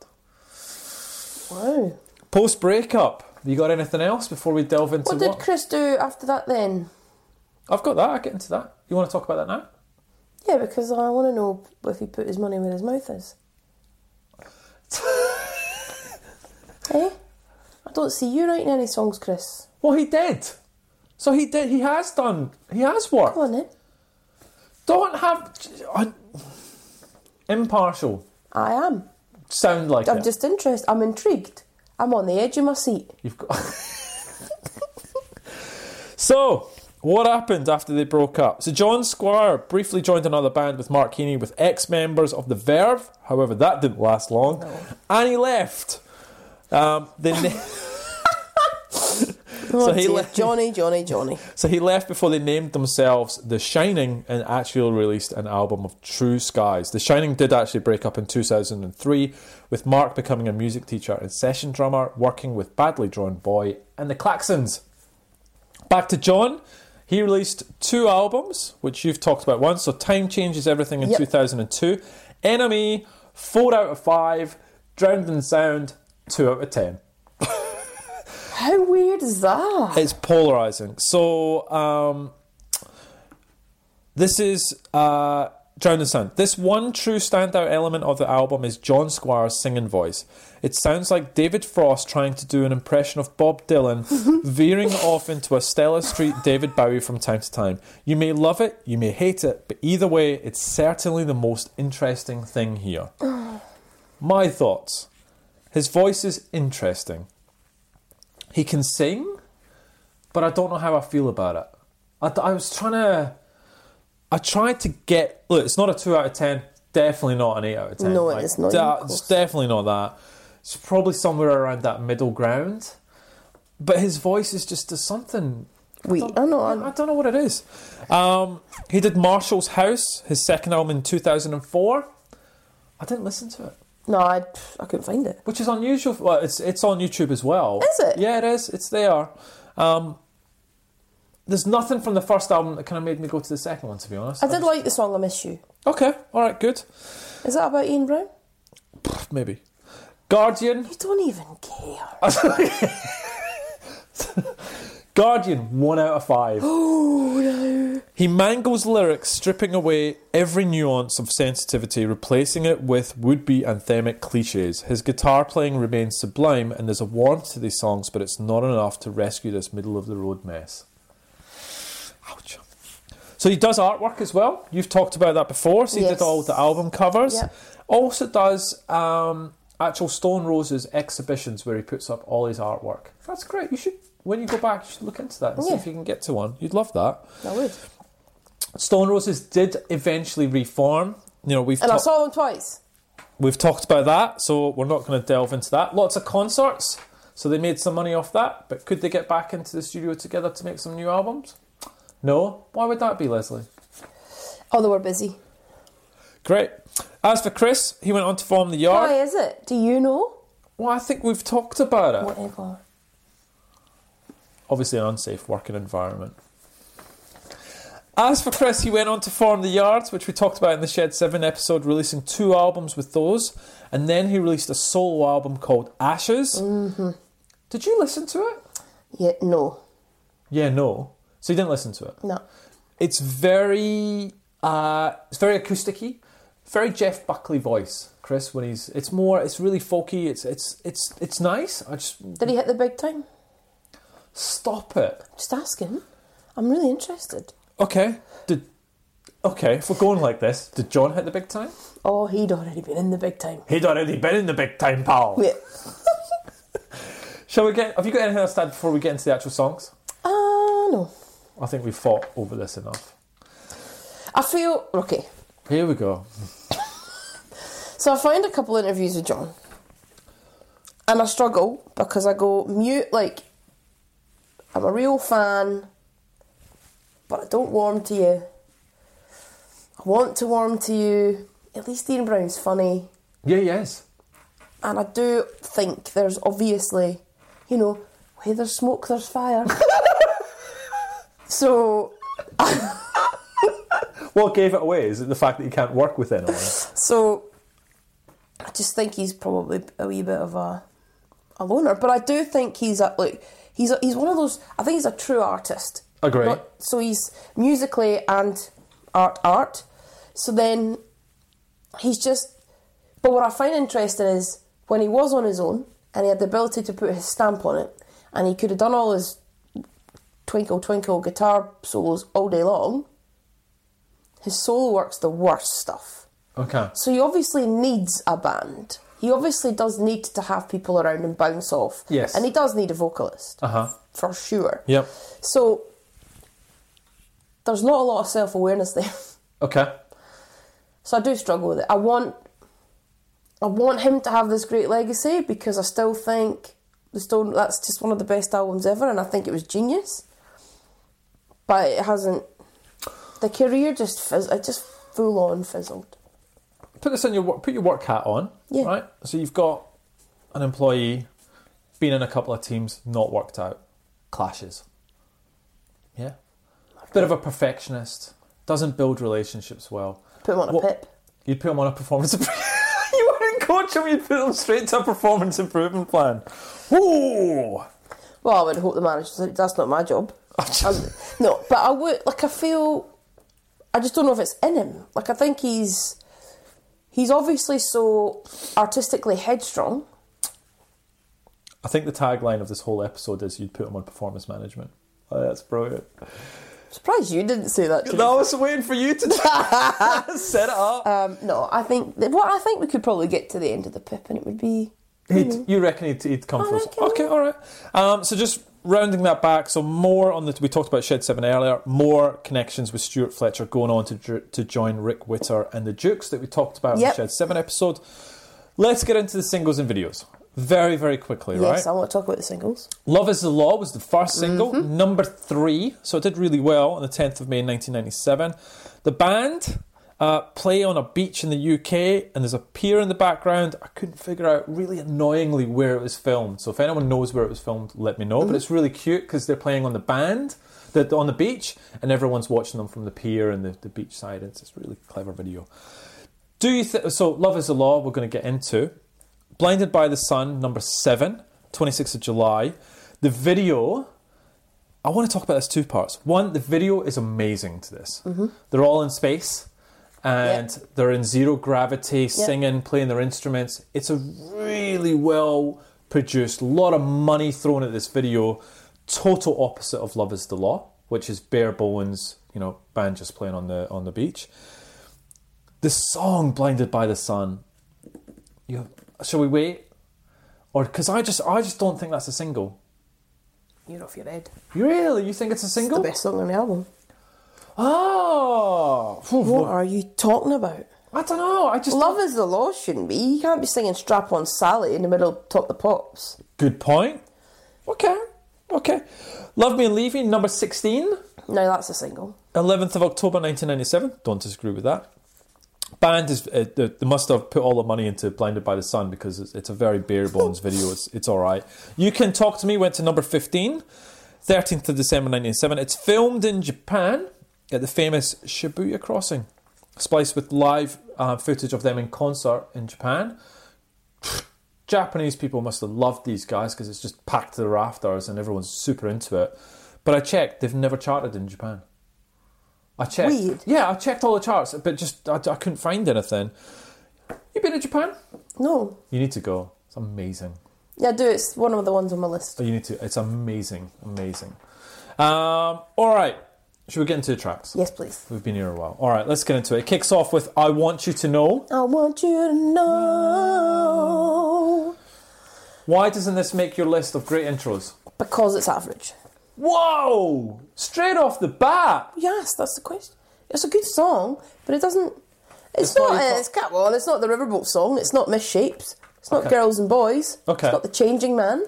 Wow. Post breakup, you got anything else before we delve into What what? did Chris do after that then? I've got that, I'll get into that. You want to talk about that now? Yeah, because I want to know if he put his money where his mouth is. eh? I don't see you writing any songs, Chris. Well, he did. So he did, he has done, he has worked. Go on, eh? Don't have. I- impartial. I am. Sound like I'm it. just interested. I'm intrigued. I'm on the edge of my seat. You've got. so, what happened after they broke up? So, John Squire briefly joined another band with Mark Heaney with ex members of The Verve. However, that didn't last long. And he left. Um, the na- Oh, he dear. left- Johnny, Johnny, Johnny. so, he left before they named themselves The Shining and actually released an album of True Skies. The Shining did actually break up in 2003, with Mark becoming a music teacher and session drummer, working with Badly Drawn Boy and The Claxons. Back to John. He released two albums, which you've talked about once. So Time Changes Everything in Yep. 2002, Enemy, 4 out of 5, Drowned in Sound, 2 out of 10. How weird is that? It's polarizing. So um, this is uh, Drowned in Sound. This one true standout element of the album is John Squire's singing voice. It sounds like David Frost trying to do an impression of Bob Dylan, veering off into a Stella Street David Bowie from time to time. You may love it, you may hate it, but either way, it's certainly the most interesting thing here. My thoughts. His voice is interesting. He can sing, but I don't know how I feel about it. I, I was trying to. I tried to get. Look, it's not a 2 out of 10. Definitely not an 8 out of 10. No, it's not, da- of course. it's definitely not that. It's probably somewhere around that middle ground. But his voice is just there's something. Wait, I know. I I don't know what it is. Um, he did Marshall's House, his second album in 2004. I didn't listen to it. No, I, I couldn't find it. Which is unusual. Well, it's it's on YouTube as well. Is it? Yeah, it is. It's there. Um, there's nothing from the first album that kind of made me go to the second one, to be honest. I did like the song I Miss You. Okay, all right, good. Is that about Ian Brown? Maybe. Guardian. You don't even care. Guardian, one out of five. Oh, no. He mangles lyrics, stripping away every nuance of sensitivity, replacing it with would be anthemic cliches. His guitar playing remains sublime, and there's a warmth to these songs, but it's not enough to rescue this middle of the road mess. Ouch. So he does artwork as well. You've talked about that before. So he Yes. did all the album covers. Yep. Also does um, actual Stone Roses exhibitions where he puts up all his artwork. That's great. You should when you go back, you should look into that and see Yeah. if you can get to one. You'd love that. I would. Stone Roses did eventually reform. You know, we've And I talked saw him twice. we've talked about that, so we're not going to delve into that. Lots of concerts, so they made some money off that. But could they get back into the studio together to make some new albums? No. Why would that be, Leslie? Oh, they were busy. Great. As for Chris, he went on to form the Yard. Why is it? Do you know? Well, I think we've talked about it. Whatever. Obviously, an unsafe working environment. As for Chris, he went on to form The Yard, which we talked about in the Shed 7 episode, releasing two albums with those. And then he released a solo album called Ashes. Mm-hmm. Did you listen to it? Yeah, no. Yeah, no. So you didn't listen to it? No. It's very, uh, it's very acousticy, very Jeff Buckley voice, Chris. When he's, it's more, it's really folky. It's, it's, it's, it's nice. I just Did he hit the big time? stop it. Just asking. I'm really interested. Okay, did, okay. If we're going like this, did John hit the big time? Oh, he'd already been in the big time. He'd already been in the big time, pal. Yeah. Shall we get? Have you got anything else to add before we get into the actual songs? Ah, no. I think we fought over this enough. I feel okay. Here we go. So I find a couple interviews with John, and I struggle because I go mute. Like I'm a real fan, but I don't warm to you. I want to warm to you. At least Dean Brown's funny. Yeah, yes. And I do think there's obviously, you know, where there's smoke, there's fire. so, What gave it away? Is it the fact that you can't work with anyone? so, I just think he's probably a wee bit of a, a loner. But I do think he's a like he's a, he's one of those. I think he's a true artist. Agree. so he's musically and art art. So then, he's just. But what I find interesting is when he was on his own and he had the ability to put his stamp on it, and he could have done all his twinkle twinkle guitar solos all day long. His solo work's the worst stuff. Okay. So he obviously needs a band. He obviously does need to have people around and bounce off. Yes. And he does need a vocalist. Uh huh. For sure. Yep. So there's not a lot of self awareness there. Okay. So I do struggle with it. I want I want him to have this great legacy because I still think the Stone that's just one of the best albums ever and I think it was genius. But it hasn't the career just fizz, it just full on fizzled. Put this on your work. Put your work hat on. Yeah. Right. So you've got an employee, been in a couple of teams, not worked out, clashes. Yeah. Bit of a perfectionist. Doesn't build relationships well. Put him on a What- pip. You'd put him on a performance. imp- you wouldn't coach him. You'd put him straight to a performance improvement plan. Ooh. Well, I would hope the manager's like, that's not my job. Um, no, but I would, like, I feel, I just don't know if it's in him. Like, I think he's, he's obviously so artistically headstrong. I think the tagline of this whole episode is "You'd put him on performance management." Oh, that's brilliant. Surprised you didn't say that. To No, I was waiting for you to set it up. me. Um, no, I think, that, well, I think we could probably get to the end of the pip and it would be, Mm-hmm. He'd, you reckon he'd, he'd come I first? reckon. Okay, all right. Um, so just rounding that back. So more on the we talked about Shed Seven earlier. More connections with Stuart Fletcher going on to jo- to join Rick Witter and the Dukes that we talked about in the Yep. Shed Seven episode. Let's get into the singles and videos very very quickly, right? yes, I want to talk about the singles. Love is the Law was the first single, number three, so it did really well on the 10th of May 1997. The band uh, play on a beach in the UK, and there's a pier in the background. I couldn't figure out really annoyingly where it was filmed, so if anyone knows where it was filmed, let me know. But it's really cute because they're playing on the band. That on the beach, and everyone's watching them from the pier and the, the beach side. It's it's a really clever video. Do you think so? Love is the law. We're going to get into Blinded by the Sun, number seven, 26th of July. The video, I want to talk about this two parts. One, the video is amazing to this. They're all in space and they're in zero gravity, singing, playing their instruments. It's a really well produced, a lot of money thrown at this video. Total opposite of Love is the Law, which is bare bones, you know, band just playing on the on the beach. The song Blinded by the Sun you shall we wait or because i just i just don't think that's a single You're off your head. you really you think it's a The single best song on the album. oh phew, What are you talking about? i don't know i just Love is the law, shouldn't be. You can't be singing Strap on Sally in the middle of Top the Pops. good point okay okay love me and leave me number 16 Now that's a single. 11th of october 1997 don't disagree with that band is uh, they, they must have put all the money into blinded by the sun because it's, it's a very bare bones video it's, it's all right you can talk to me went to number 15 13th of december 1997 it's filmed in japan at the famous shibuya crossing spliced with live uh, footage of them in concert in japan japanese people must have loved these guys because it's just packed to the rafters and everyone's super into it but i checked they've never charted in japan I checked. Weird. Yeah, I checked all the charts, but just I, I couldn't find anything. You been to Japan? No, You need to go. It's amazing. Yeah, I do. It's one of the ones on my list. So Oh, you need to. It's amazing, amazing. Um, all right, should we get into the tracks? Yes, please. We've been here a while. All right, let's get into it. It kicks off with "I Want You to Know." I want you to know Why doesn't this make your list of great intros? because it's average. Whoa! Straight off the bat, Yes, that's the question. It's a good song, but it doesn't. It's, not not, your uh, top- it's Catwalk, it's not the Riverboat song, it's not Misshapes, it's not Okay. Girls and Boys, Okay. it's not The Changing Man.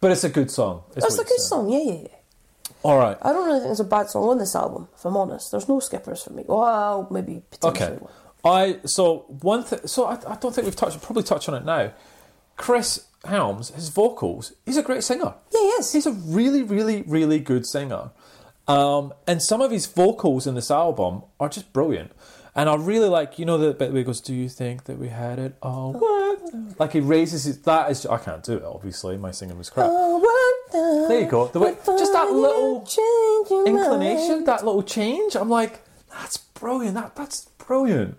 But it's a good song. is That's a what good you're saying. song, yeah, yeah, yeah. All right. I don't really think there's a bad song on this album, if I'm honest. There's no skippers for me. Well, maybe potentially Okay. one. I so one thing. So I, I don't think we've touched. Probably touch on it now. Chris Helms, his vocals. He's a great singer. Yeah, he is. He's a really, really, really good singer. Um, and some of his vocals in this album are just brilliant. And I really like, you know, the bit where he goes, "Do you think that we had it all?" Oh, worked?" Like he raises his. That is, I can't do it. Obviously, my singing was crap. Oh, There you go. The way- just that little inclination, that little change. I'm like, that's brilliant. That that's brilliant.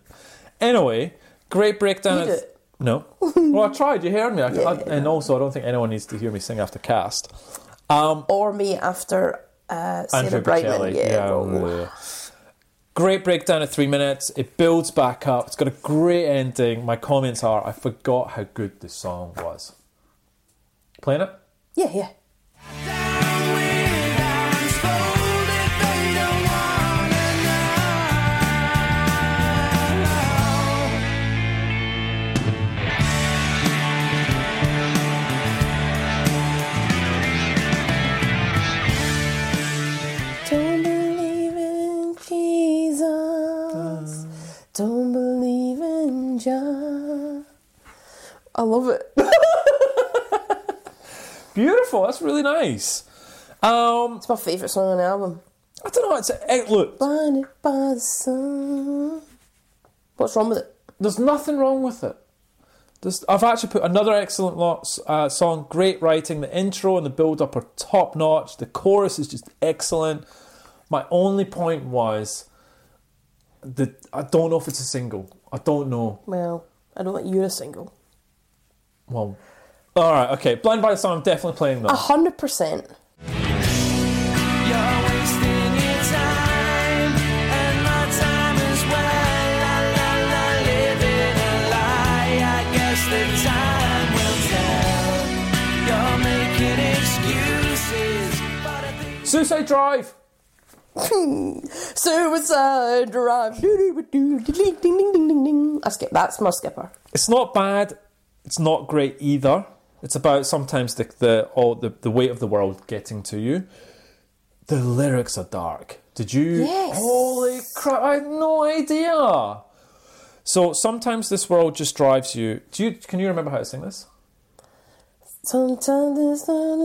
Anyway, great breakdown. You of- did it. No, well, I tried. You heard me, I, I- Yeah. and also I don't think anyone needs to hear me sing after cast. Or me after uh, Sarah Andrew Brightman. Bocelli. Yeah. well, yeah. Great breakdown at three minutes. It builds back up. It's got a great ending. My comments are: I forgot how good this song was. Playing it. yeah, yeah. Don't believe in Jesus. Don't believe in John. I love it. Beautiful. That's really nice. Um, It's my favourite song on the album. I don't know. It's it, look. Blinded by the sun. What's wrong with it? There's nothing wrong with it. There's, I've actually put another excellent lot, uh, song. Great writing. The intro and the build up are top notch. The chorus is just excellent. My only point was that I don't know if it's a single. I don't know. Well, I don't think you're a single. Well, all right, okay. Blind by the Sun. I'm definitely playing that. A hundred percent. Suicide Drive. Suicide drive. Doo-doo-ba-doo-doo-ding-ding-ding-ding-ding. I skip. That's my skipper. It's not bad. It's not great either. It's about sometimes the the all the, the weight of the world getting to you. The lyrics are dark. Did you? Yes. Holy crap! I had no idea. So sometimes this world just drives you. Do you? Can you remember how to sing this? Sometimes the sun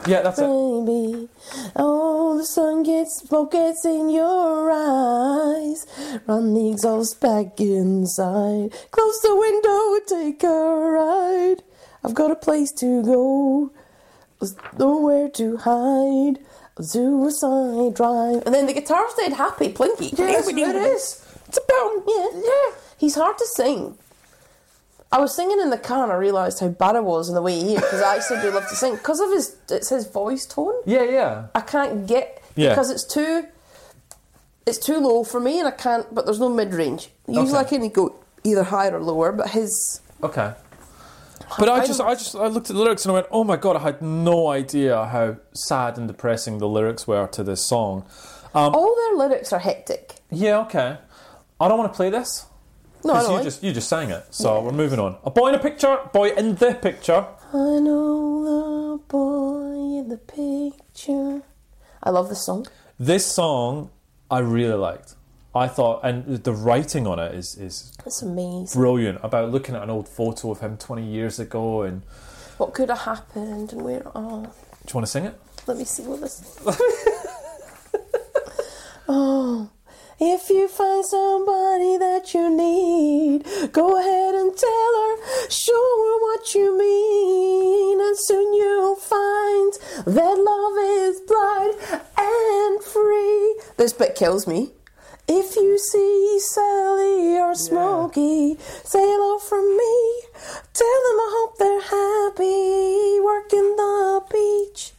is Yeah, that's it. baby. Oh, the sun gets smoke gets in your eyes. Run the exhaust back inside. Close the window and take a ride. I've got a place to go. There's nowhere to hide. Suicide drive. And then the guitar stayed happy, plinky. it is. It's about Yeah. Yeah. He's hard to sing. I was singing in the car and I realised how bad I was on the way here because I actually do love to sing because of his it's his voice tone. yeah, yeah. I can't get Yeah. because it's too it's too low for me and I can't. But there's no mid range. Usually I Okay. can go either higher or lower, but his Okay. But I I just, don't- I just, I looked at the lyrics and I went, "Oh my god!" I had no idea how sad and depressing the lyrics were to this song. all their lyrics are hectic. Yeah, okay. I don't want to play this No, I because don't. you like- just, you just sang it. So we're moving on. A boy in a picture, boy in the picture. I know the boy in the picture. I love this song. This song I really liked. I thought, and the writing on it is is It's amazing. brilliant. About looking at an old photo of him twenty years ago, and do What could have happened and where? Oh. you want to sing it? Let me see what this. oh, if you find somebody that you need, go ahead and tell her, show her what you mean, and soon you'll find that love is blind and free. This bit kills me. If you see Sally or Smokey, say hello from me. Tell them I hope they're happy. Working the beach,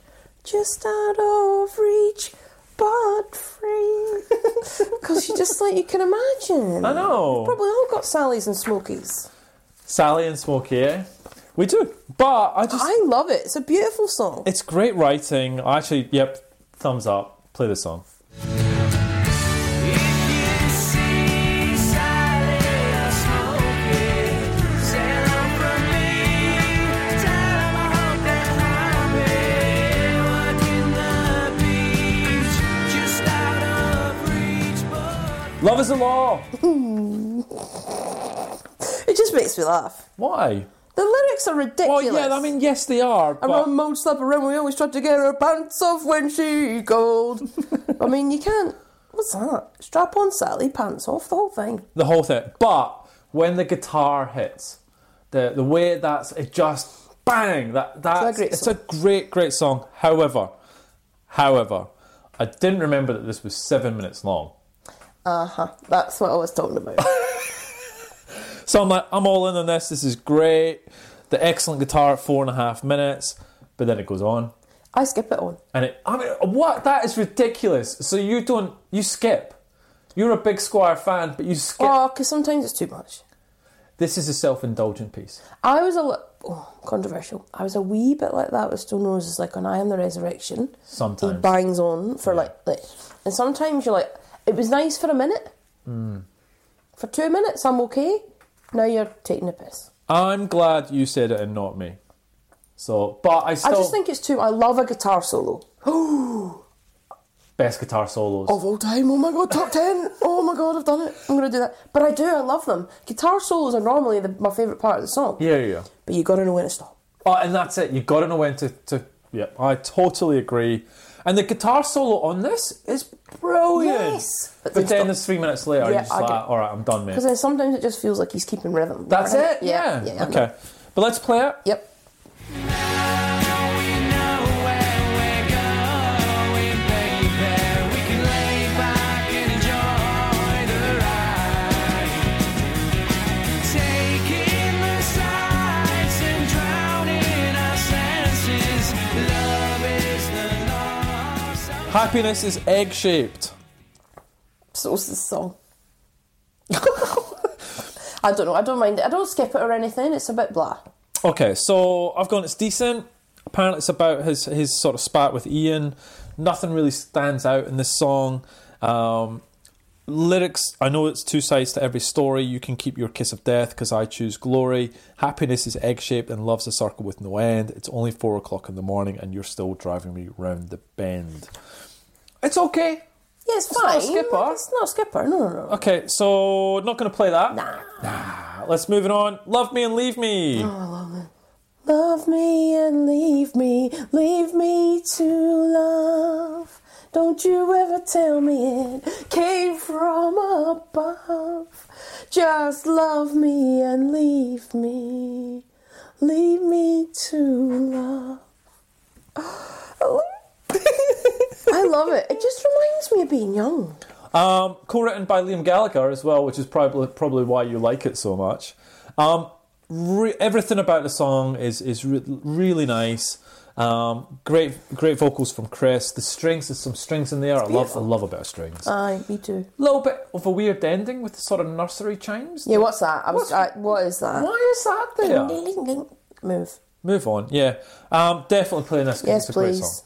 just out of reach, but free. Because you just like you can imagine. I know. Probably all got Sallys and Smokies. Sally and Smokey. eh? We do, but I just I love it. It's a beautiful song. It's great writing. I actually, yep, thumbs up. Play the song. If you see Love is the law. It just makes me laugh. Why? The lyrics are Well, ridiculous. yeah, I mean, yes, they are. But Around Moan slap around, we always tried to get her pants off when she called. I mean, you can't. What's that? Strap on Sally, pants off, the whole thing. the whole thing. But when the guitar hits, the the way that's it just bang. That that's great it's song. a great great song. However, however, I didn't remember that this was seven minutes long. Uh huh. That's what I was talking about. So I'm like, I'm all in on this. This is great. The excellent guitar at four and a half minutes, but then it goes on. I skip it on. And it, I mean, what? That is ridiculous. So you don't, you skip. You're a big Squire fan, but you skip. Oh, because sometimes it's too much. This is a self-indulgent piece. I was a li- oh, controversial. I was a wee bit like that with Stone Roses, like on I Am the Resurrection. Sometimes. he bangs on for like, like, and sometimes you're like, it was nice for a minute. Hmm. For two minutes, I'm okay. Now you're taking a piss. I'm glad you said it and not me. So, but I still I just think it's too. I love a guitar solo best guitar solos. of all time. Oh my god, top ten. Oh my god, I've done it. I'm gonna do that. But I do. I love them. Guitar solos are normally the, my favorite part of the song. Yeah, yeah. yeah. But you gotta know when to stop. Oh, and that's it. You got to know when to, to. Yeah, I totally agree. And the guitar solo on this is brilliant. Yes. But, But then then stop. there's three minutes later, Yeah, you're just I like, get it. all right, I'm done, mate. Because then sometimes it just feels like he's keeping rhythm. That's Right? it. Yeah. yeah, I know. okay. But let's play it. Yep. Happiness is egg shaped. So what's this song? I don't know. I don't mind. it. I don't skip it or anything. It's a bit blah. Okay, so I've gone. It's decent. Apparently, it's about his his sort of spat with Ian. Nothing really stands out in this song. Um, lyrics. I know it's two sides to every story. You can keep your kiss of death because I choose glory. Happiness is egg shaped and loves a circle with no end. It's only four o'clock in the morning and you're still driving me round the bend. It's okay. Yeah, it's, not fine. a skipper. It's not a skipper. No, no, no. Okay, so not going to play that. Nah. Let's move it on. Love me and leave me. Love me and leave me, leave me to love. Don't you ever tell me it came from above. Just love me and leave me, leave me to love. I love it. It just reminds me of being young. Um, co-written by Liam Gallagher as well, which is probably probably why you like it so much. Um, re- everything about the song is is re- really nice. Um, great great vocals from Chris. The strings, there's some strings in there. I love I love a bit of strings. A Aye, me too. little bit of a weird ending with the sort of nursery chimes. Yeah, what's that? I What's- was, I, what is that? Why is that there? Move. Move on. Yeah, um, definitely playing this. 'cause Yes, it's a great please. song.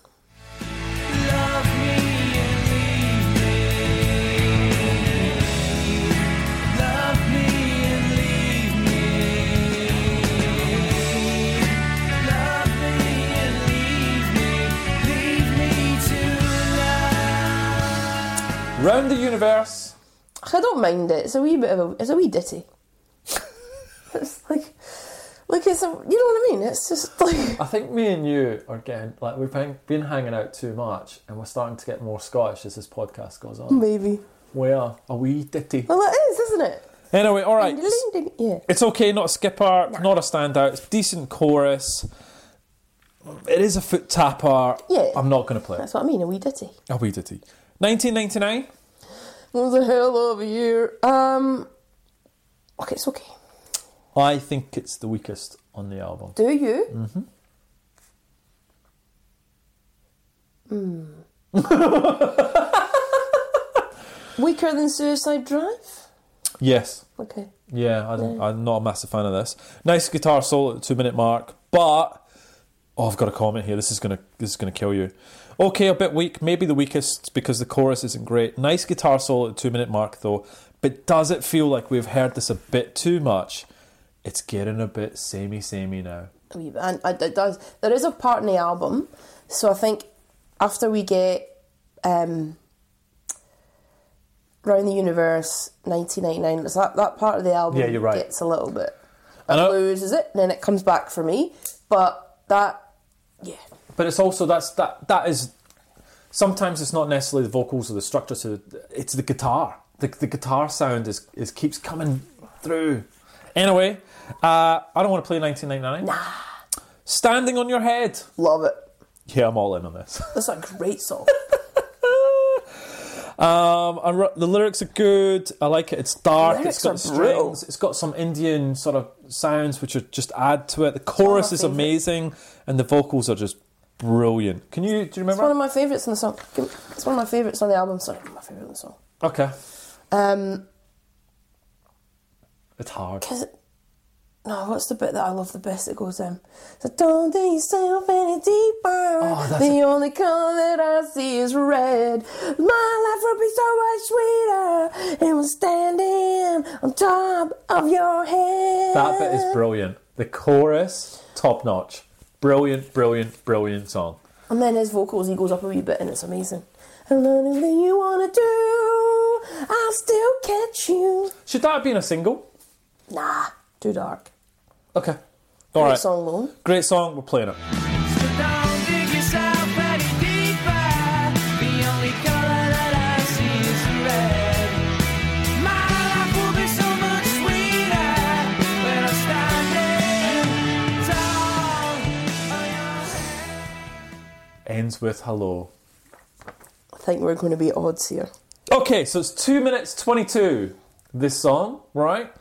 Round the universe. I don't mind it. It's a wee bit of a. It's a wee ditty. it's like, like it's a. You know what I mean? It's just like. I think me and you are getting like we've hang, been hanging out too much, and we're starting to get more Scottish as this podcast goes on. Maybe. We are a wee ditty. Well, it is, isn't it? Anyway, all right. Ding, ding, ding. Yeah. It's okay, not a skipper, not a standout. It's decent chorus. It is a foot tapper. Yeah. I'm not going to play it. That's what I mean. A wee ditty. A wee ditty. 1999. What the hell of a year? Um. Okay, it's okay. I think it's the weakest on the album. Do you? Mm-hmm. Hmm. Weaker than Suicide Drive. Yes. Okay. Yeah, I don't, I'm not a massive fan of this. Nice guitar solo at the two minute mark, but oh, I've got a comment here. This is gonna this is gonna kill you. Okay, a bit weak, maybe the weakest because the chorus isn't great. Nice guitar solo at the two minute mark though, but does it feel like we've heard this a bit too much? It's getting a bit samey samey now. a wee bit. And and it does. There is a part in the album, so I think after we get um, Round the Universe, 1999. It's that, that part of the album Yeah, you're right. Oh. gets a little bit. And It I- loses it, then it comes back for me. But that, yeah. but it's also that's that that is sometimes it's not necessarily the vocals or the structure to it's the guitar the, the guitar sound is, is keeps coming through anyway uh, i don't want to play 1999 nah. standing on your head Love it. yeah i'm all in on this That's a great song. Um, I wrote- the lyrics are good. I like it. It's dark. Lyrics It's got are strings. brutal. It's got some Indian sort of sounds which are just add to it. The chorus is favourite. amazing, and the vocals are just brilliant. Can you do you It's one remember? of my favourites on the song. Give me- It's one of my favourites on the album. Sorry, not my favourite on the song. okay, Um, it's hard. cause it- no, what's the bit that I love the best? It goes um, so don't dig yourself any deeper. Oh, that's the a- only colour that I see is red. My life would be so much sweeter if I'm standing on top of your head. That bit is brilliant. The chorus, top notch. Brilliant, brilliant, brilliant song. And then his vocals, he goes up a wee bit, and it's amazing. And anything you wanna do, I'll still catch you. Should that have been a single? Nah, too dark. Okay, all Great right. song though. Great song. We're playing it. Ends with hello. I think we're going to be at odds here. Okay, so it's two minutes twenty-two. This song, right?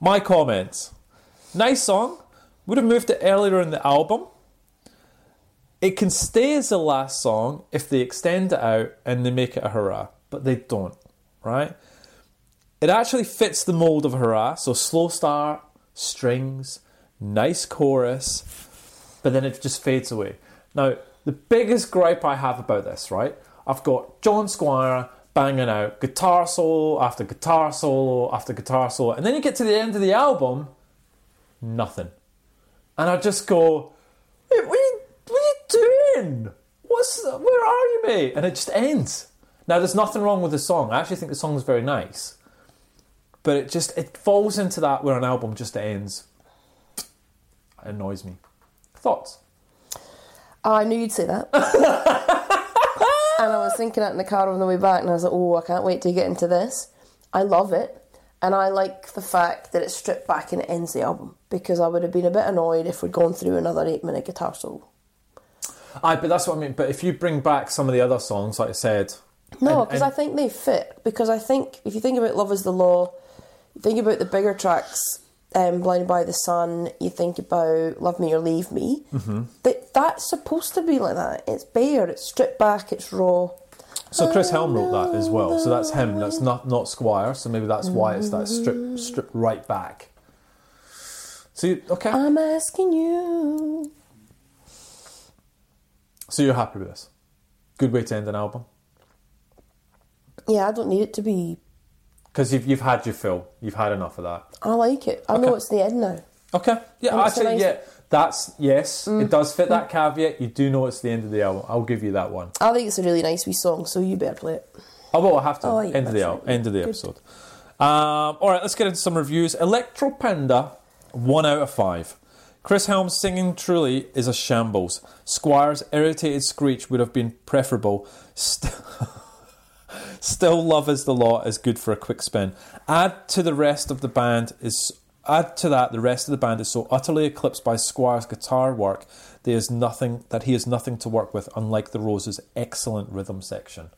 My comments. Nice song. Would have moved it earlier in the album. It can stay as the last song if they extend it out and they make it a hurrah, but they don't, right? It actually fits the mold of a hurrah. So slow start, strings, nice chorus, but then it just fades away. Now, the biggest gripe I have about this, right? I've got John Squire banging out guitar solo after guitar solo after guitar solo, and then you get to the end of the album, nothing. And I just go, "Mate, what are you, what are you doing? What's, where are you, mate? And it just ends. Now, there's nothing wrong with the song. I actually think the song's very nice. But it just, it falls into that where an album just ends. It annoys me. Thoughts? Oh, I knew you'd say that. and I was thinking that in the car on the way back, and I was like, oh, I can't wait to get into this. I love it. And I like the fact that it's stripped back and it ends the album because I would have been a bit annoyed if we'd gone through another eight minute guitar solo. Aye, but that's what I mean. But if you bring back some of the other songs, like I said, No, And- because I and- think they fit. Because I think if you think about Love is the Law, you think about the bigger tracks, um, Blinded by the Sun, you think about Love Me or Leave Me. Mm-hmm. That, that's supposed to be like that. It's bare, it's stripped back, it's raw. so Chris Helm wrote that as well. So that's him. That's not not Squire. So maybe that's why it's that strip strip right back. So you, okay. I'm asking you. So you're happy with this? Good way to end an album Yeah, I don't need it to be. because you've you've had your fill. You've had enough of that. I like it. I know Okay. it's the end now. Okay. Yeah. And it's a actually, nice- yeah. That's yes. It does fit that caveat. You do know it's the end of the album. I'll give you that one. I think it's a really nice wee song, so you better play it. Oh well, I have to. Oh, yeah, end of the that's hour, right. end of the Good. episode. Um, all right, let's get into some reviews. Electro Panda, one out of five. Chris Helm's singing truly is a shambles. Squire's irritated screech would have been preferable. St- Still, love is the law is good for a quick spin. Add to the rest of the band is add to that the rest of the band is so utterly eclipsed by Squire's guitar work. There is nothing that he has nothing to work with, unlike the Roses' excellent rhythm section.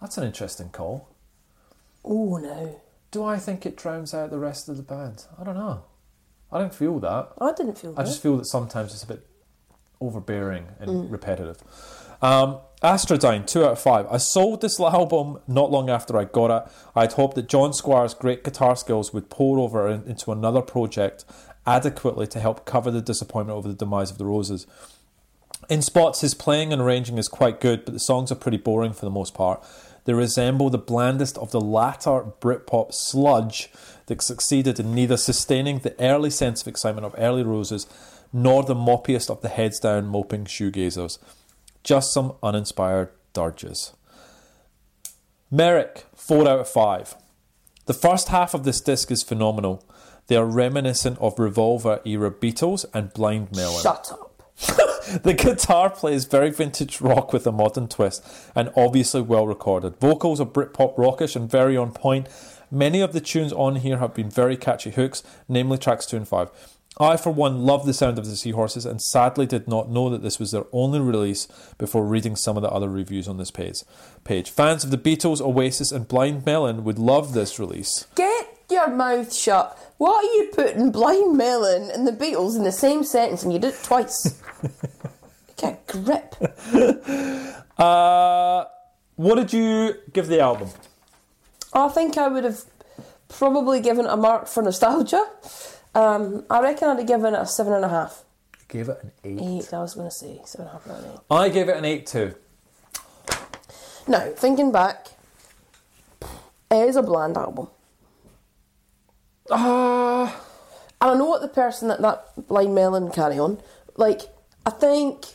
That's an interesting call. Oh no. Do I think it drowns out the rest of the band? I don't know. I don't feel that. I didn't feel I good. just feel that sometimes it's a bit overbearing and repetitive. Um, Astrodyne, two out of five. I sold this album not long after I got it. I'd hoped that John Squire's great guitar skills would pour over in- into another project adequately to help cover the disappointment over the demise of the Roses. In spots, his playing and arranging is quite good, but the songs are pretty boring for the most part. They resemble the blandest of the latter Britpop sludge that succeeded in neither sustaining the early sense of excitement of early roses nor the moppiest of the heads down moping shoegazers. Just some uninspired dirges. Merrick, 4 out of 5. The first half of this disc is phenomenal. They are reminiscent of Revolver era Beatles and Blind Melon. Shut up. The guitar plays very vintage rock with a modern twist and obviously well recorded. Vocals are Britpop rockish and very on point. Many of the tunes on here have been very catchy hooks, namely tracks 2 and 5. I, for one, love the sound of the Seahorses and sadly did not know that this was their only release before reading some of the other reviews on this page. page. Fans of the Beatles, Oasis, and Blind Melon would love this release. Get your mouth shut. What are you putting Blind Melon and the Beatles in the same sentence and you did it twice? Get a grip. Uh, what did you give the album? I think I would have probably given it a mark for nostalgia. Um, I reckon I'd have given it a seven and a half. Gave it an Eight, I was going to say seven and a half, not an eight. I gave it an 8 too. Now, thinking back, it is a bland album. Uh, And I know what the person that that blind melon carry on. Like, I think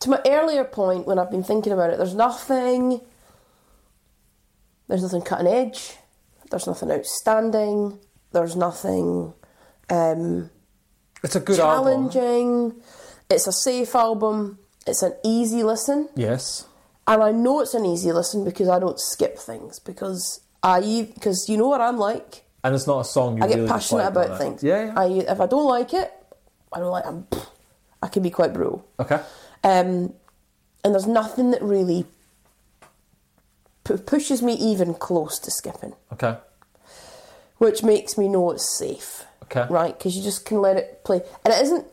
to my earlier point when I've been thinking about it, there's nothing. There's nothing cutting edge. There's nothing outstanding. There's nothing um, it's a good album. challenging. It's a safe album. It's an easy listen. Yes. and I know it's an easy listen because I don't skip things because I because you know what I'm like. And it's not a song you I get really passionate dislike, about don't it? things. Yeah, yeah. I, if I don't like it, I don't like. I'm, I can be quite brutal. okay. Um, and there's nothing that really pu- pushes me even close to skipping, Okay. which makes me know it's safe. Okay. Right, because you just can let it play, and it isn't.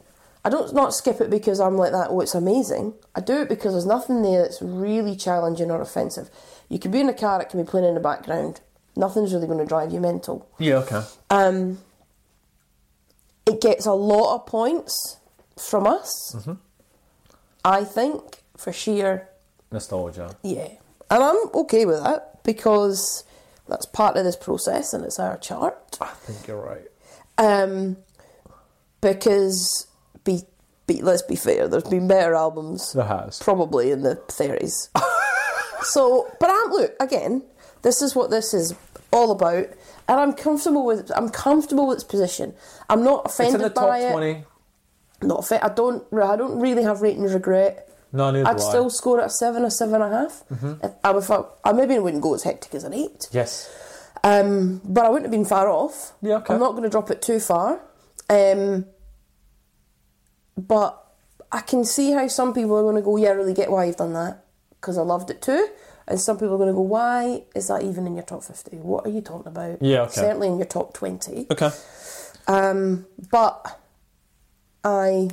I don't not skip it because I'm like that. Oh, it's amazing. I do it because there's nothing there that's really challenging or offensive. You could be in a car; it can be playing in the background. Nothing's really going to drive you mental. Yeah, okay. Um, it gets a lot of points from us, I think, for sheer Nostalgia. yeah. And I'm okay with that because that's part of this process and it's our chart. I think you're right. Um, because be, be let's be fair, there's been better albums There has. probably in the thirties. so, but I'm look again. This is what this is all about, and I'm comfortable with. I'm comfortable with its position. I'm not It's offended in the top by it. 20. Not offe- I don't. I don't really have ratings regret. No, neither I'd do I. still score it a seven or seven and a half. Mm-hmm. If- I would. fuck- I maybe wouldn't go as hectic as an eight. Yes. Um, but I wouldn't have been far off. Yeah, okay. I'm not going to drop it too far. Um, but I can see how some people are going to go, yeah, I really get why you've done that because I loved it too. And some people are going to go, why is that even in your top 50? What are you talking about? Yeah, okay. Certainly in your top 20. Okay. Um, but I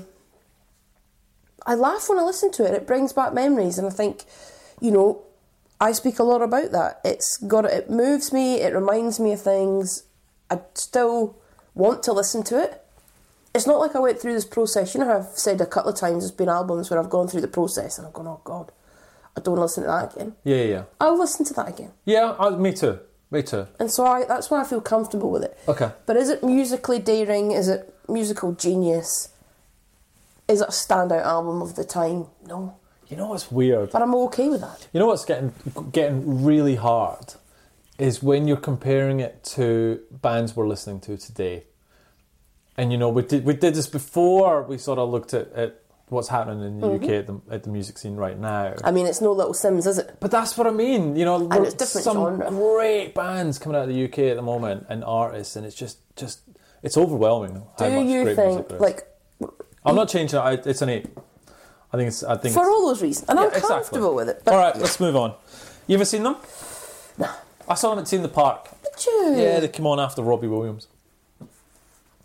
I laugh when I listen to it. It brings back memories, and I think, you know, I speak a lot about that. It's got it moves me. It reminds me of things. I still want to listen to it. It's not like I went through this process. You know, how I've said a couple of times there's been albums where I've gone through the process and I've gone, oh god, I don't want to listen to that again. Yeah, yeah, yeah. I'll listen to that again. Yeah, I, me too. Me too. And so I, that's why I feel comfortable with it. Okay. But is it musically daring? Is it musical genius? Is it a standout album of the time? No. You know what's weird? But I'm okay with that. You know what's getting getting really hard is when you're comparing it to bands we're listening to today. And you know, we did we did this before we sort of looked at, at what's happening in the Mm-hmm. UK at the, at the music scene right now. I mean, it's no Little Sims, is it? But that's what I mean. You know, And there's it's different some genre. great bands coming out of the UK at the moment and artists, and it's just just it's overwhelming. how Do much you great music think, there is. like, I'm not changing it. I, it's an eight. I think it's. I think for it's, all those reasons, and I'm Yeah, exactly. comfortable with it. But all right, let's move on. You ever seen them? No. I saw them at Team the Park. Did you? Yeah, they came on after Robbie Williams.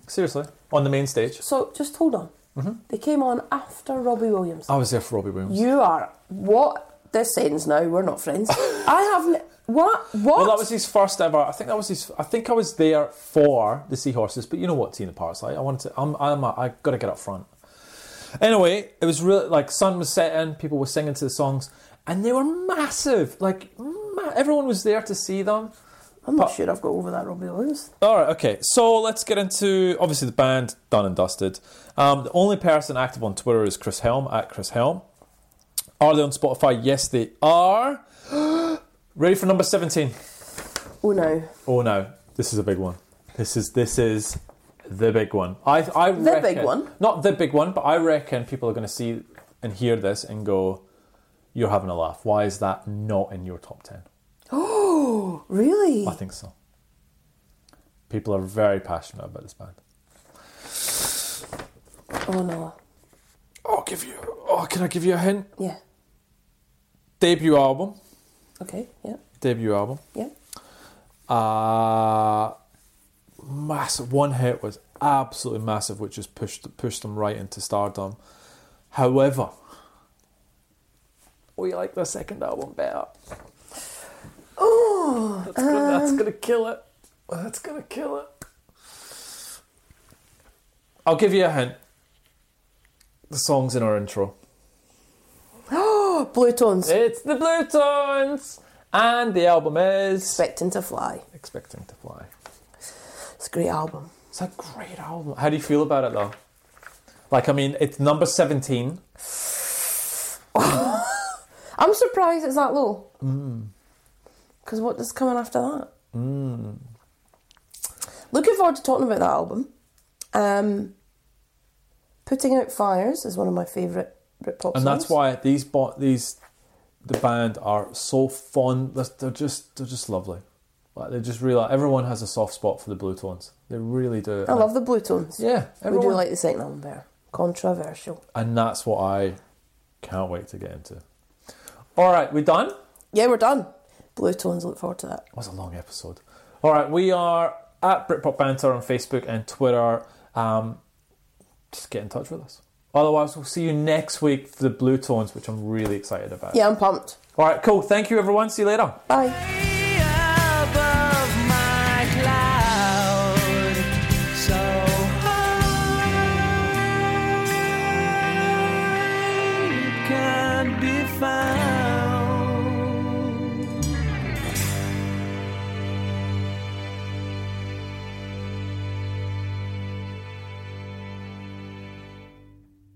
Seriously, on the main stage. So just hold on. Mm-hmm. They came on after Robbie Williams. I was there for Robbie Williams. You are what? This ends now. We're not friends. I haven't. What? What? Well, that was his first ever. I think that was his. I think I was there for the Seahorses, but you know what, Tina Park's like. I wanted to. I'm. I'm. A, I got to get up front. Anyway, it was really like sun was setting. People were singing to the songs, and they were massive. Like ma- everyone was there to see them. I'm not sure I've got over that Robbie Williams. All right, okay. So let's get into obviously the band done and dusted. Um, the only person active on Twitter is Chris Helm at Chris Helm. Are they on Spotify? Yes, they are. Ready for number 17? Oh no. Oh no, this is a big one. This is this is the big one. I I the big one? Not the big one, but I reckon people are going to see and hear this and go, "You're having a laugh. Why is that not in your top 10? Really? I think so. People are very passionate about this band. Oh no. Oh, give you. Oh, can I give you a hint? Yeah. Debut album. Okay. Yeah. Debut album. Yeah. Uh, massive. One hit was absolutely massive, which just pushed pushed them right into stardom. However, we like their second album better. Oh, that's, gonna, that's gonna kill it. That's gonna kill it. I'll give you a hint. The song's in our intro. Oh, blue tones. It's the Blue Tones, and the album is Expecting to fly. Expecting to Fly. It's a great album. It's a great album. How do you feel about it though? Like, I mean, it's number 17. I'm surprised it's that low. Mm. Because what is coming after that? Mm. Looking forward to talking about that album. Um, Putting Out Fires is one of my favourite Britpop songs. And that's why these bot these the band are so fun. They're- They're just they're just lovely. Like they just realize everyone has a soft spot for the Blue Tones. They really do. I love the Blue Tones. Yeah, we do everyone. like the second album better. Controversial. and that's what I can't wait to get into. All right, we done. Yeah, we're done. Blue Tones, look forward to that. That was a long episode. All right, we are at Britpop Banter on Facebook and Twitter. Um, just get in touch with us. Otherwise, we'll see you next week for the Blue Tones, which I'm really excited about. Yeah, I'm pumped. All right, cool. Thank you, everyone. See you later. Bye. Bye.